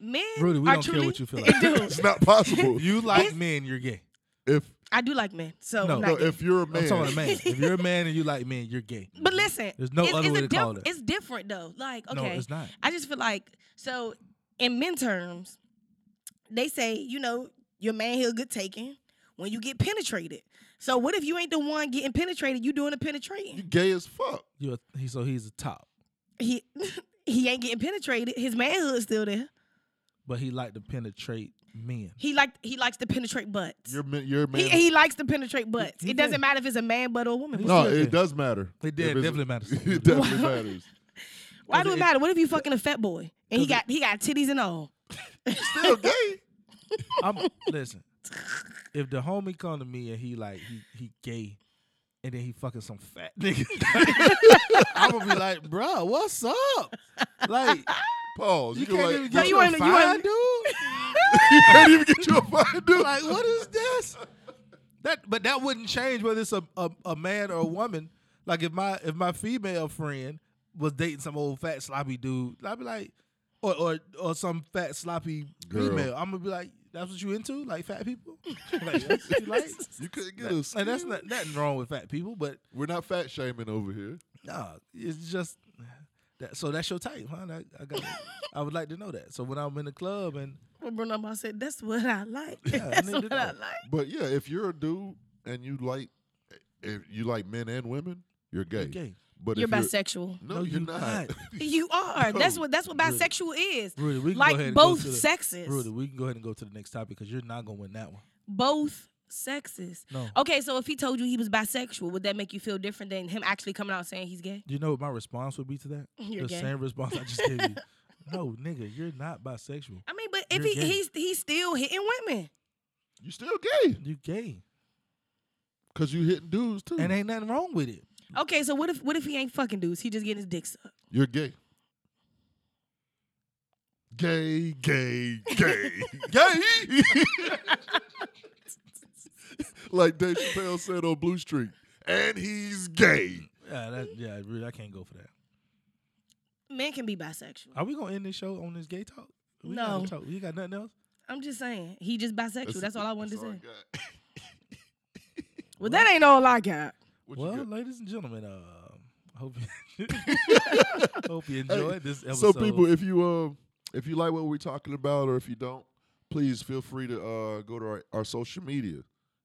F: Men
C: Rudy, we
F: are
C: don't care
F: truly,
C: what you feel like.
F: Dude,
E: It's not possible.
C: You like men, you're gay.
E: if
F: I do like men, so
C: No,
F: I'm not
E: no,
F: gay.
E: if you're a
C: I'm
E: man,
C: talking to man. If you're a man and you like men, you're gay.
F: But listen,
C: There's no
F: it's,
C: other
F: it's
C: way
F: a
C: to call it.
F: It's different though. Like okay,
C: No, it's not.
F: I just feel like so in men terms, they say you know your man he'll get taken when you get penetrated. So what if you ain't the one getting penetrated? You doing the
E: you
F: penetrating?
E: gay as fuck.
C: You're a, he, so he's a top,
F: He he ain't getting penetrated. His manhood's still there.
C: but he like to penetrate men.
F: He like he likes to penetrate butts.
E: You're man, you're a man.
F: he, he likes to penetrate butts.
C: he
F: it doesn't
C: gay.
F: matter if it's a man butt or a woman.
C: He's
F: butt.
E: no,
C: still
E: it
C: gay.
E: does matter.
C: It
E: If
C: did,
E: it's-
C: definitely matters.
E: it definitely matters.
F: Why do
C: Cause
F: it
C: it-
F: matter? What if you fucking a fat boy and he got he got titties and all?
E: Still gay.
C: I'm listen. If the homie come to me and he like he he gay, and then he fucking some fat nigga, I'm gonna be like, bruh, what's up? Like
E: Pause.
C: you
E: You, can
C: can't
E: like,
C: even
E: you,
C: get
F: you
C: you a
F: ain't- you
C: fine
F: ain't-
C: dude.
E: can't even get you a fine dude.
C: like what is this? That but that wouldn't change whether it's a, a, a man or a woman. Like if my if my female friend was dating some old fat sloppy dude, I'd be like, or or, or some fat sloppy
E: Girl.
C: female. I'm gonna be like, that's what you into? Like fat people? like, that's what you like?
E: you couldn't get us.
C: And that's not, nothing wrong with fat people, but
E: We're not fat shaming over here.
C: nah, it's just that. So that's your type, huh? That- I, got it. I would like to know that. So when I'm in the club and
F: Well, Bruno Mars said, "That's what I like.
C: Yeah,
F: That's
C: nigga,
F: what I
C: no.
F: like."
E: But yeah, if you're a dude and you like, eh, if you like men and women, you're gay.
C: gay.
E: But
F: You're
E: if you're,
F: bisexual.
E: No,
C: No,
E: you're
C: you
E: not.
C: not.
F: You are. That's what that's what bisexual is.
C: Rudy, Oh, we can
F: like
C: go ahead and go
F: both
C: to the-
F: sexes.
C: Rudy, we can go ahead and go to the next topic because you're not gonna win that one.
F: Both sexes.
C: No.
F: Okay, so if he told you he was bisexual, would that make you feel different than him actually coming out saying he's gay?
C: Do you know what my response would be to that?
F: You're
C: the
F: gay.
C: same response I just gave you. No, nigga, you're not bisexual.
F: I mean, but if
C: You're
F: he,
C: gay.
F: he's he's still hitting women.
E: you still gay
C: You gay.
E: because you hitting dudes too.
C: And ain't nothing wrong with it.
F: Okay, so what if what if he ain't fucking dudes? He just getting his dick sucked.
E: you're gay. Gay, gay, gay, gay. like Dave Chappelle said on Blue Street, and he's gay.
C: Yeah, that, yeah, really, I can't go for that.
F: Men can be bisexual.
C: Are we gonna end this show on this gay talk? We
F: No.
C: gotta Talk. You got nothing else?
F: I'm just saying, he just bisexual. That's, all I wanted to
E: that's
F: say.
E: all got.
F: Well, that ain't all I got.
E: What you
C: well,
E: got?
C: ladies and gentlemen, um, hope you hope you enjoyed this episode.
E: So people, if you uh, if you like what we're talking about, or if you don't, please feel free to uh, go to our, our social media,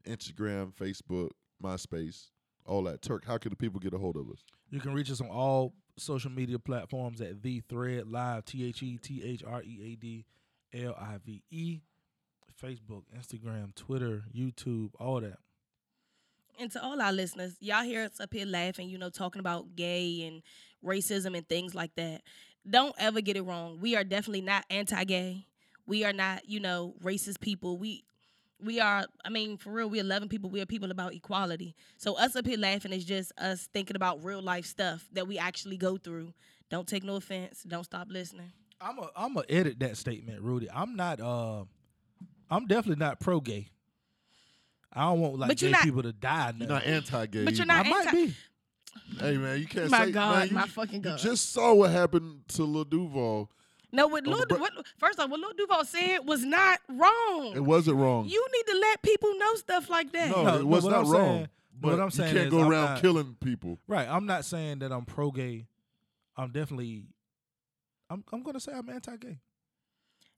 E: Instagram, Facebook, MySpace, all that. Turk, how can the people get a hold of us?
C: You can reach us on all social media platforms at The Thread Live, T H E T H R E A D L I V E, Facebook, Instagram, Twitter, YouTube, all that.
F: And to all our listeners, y'all hear us up here laughing, you know, talking about gay and racism and things like that. Don't ever get it wrong. We are definitely not anti-gay. We are not, you know, racist people. We we are, I mean, for real, we are loving people. We are people about equality. So us up here laughing is just us thinking about real life stuff that we actually go through. Don't take no offense. Don't stop listening.
C: I'm a I'm a edit that statement, Rudy. I'm not. Uh, I'm definitely not pro gay. I don't want like
F: But you're
C: gay
F: not-
C: people to die.
E: You're
C: nothing.
E: not anti-gay.
F: But you're
E: either.
F: not
C: I might
F: anti-
C: be.
E: Hey man, you can't
F: My
E: say.
F: God,
E: man, you,
F: my fucking
E: you
F: God.
E: just saw what happened to Lil Duval.
F: No, what
E: Oh,
F: Lil,
E: but-
F: what, first off, what Lil Duval said was not wrong.
E: It wasn't wrong.
F: You need to let people know stuff like that.
E: no,
C: No,
E: it
C: no,
E: was
C: what
E: not
C: I'm
E: wrong.
C: saying-
E: but
C: what I'm saying
E: you can't
C: is
E: go
C: I'm
E: around
C: not-
E: killing people.
C: Right. I'm not saying that I'm pro gay. I'm definitely. I'm I'm gonna say I'm anti gay.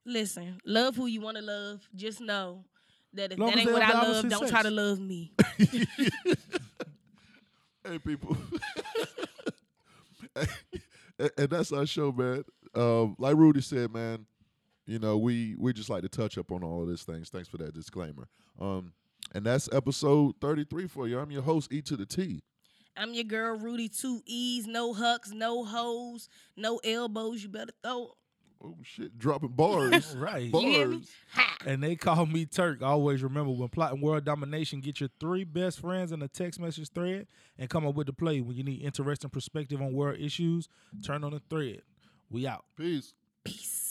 F: Listen, love who you want to love. Just know that if
C: Long
F: that
C: as
F: ain't
C: they
F: what
C: of the
F: I love,
C: opposite
F: don't
C: sex.
F: try to love me.
E: Hey, people. and and that's our show, man. Um, like Rudy said, man, you know, we we just like to touch up on all of these things. Thanks for that disclaimer. Um, and that's episode 33 for you. I'm your host, E to the T.
F: I'm your girl, Rudy. Two E's, no hucks, no hoes, no elbows. You better throw.
E: Oh shit, dropping bars.
C: Right.
E: Bars.
F: You hear me? Ha!
C: And they call me Turk. Always remember when plotting world domination, get your three best friends in a text message thread and come up with the play. When you need interesting perspective on world issues, turn on the thread. We out.
E: Peace.
F: Peace.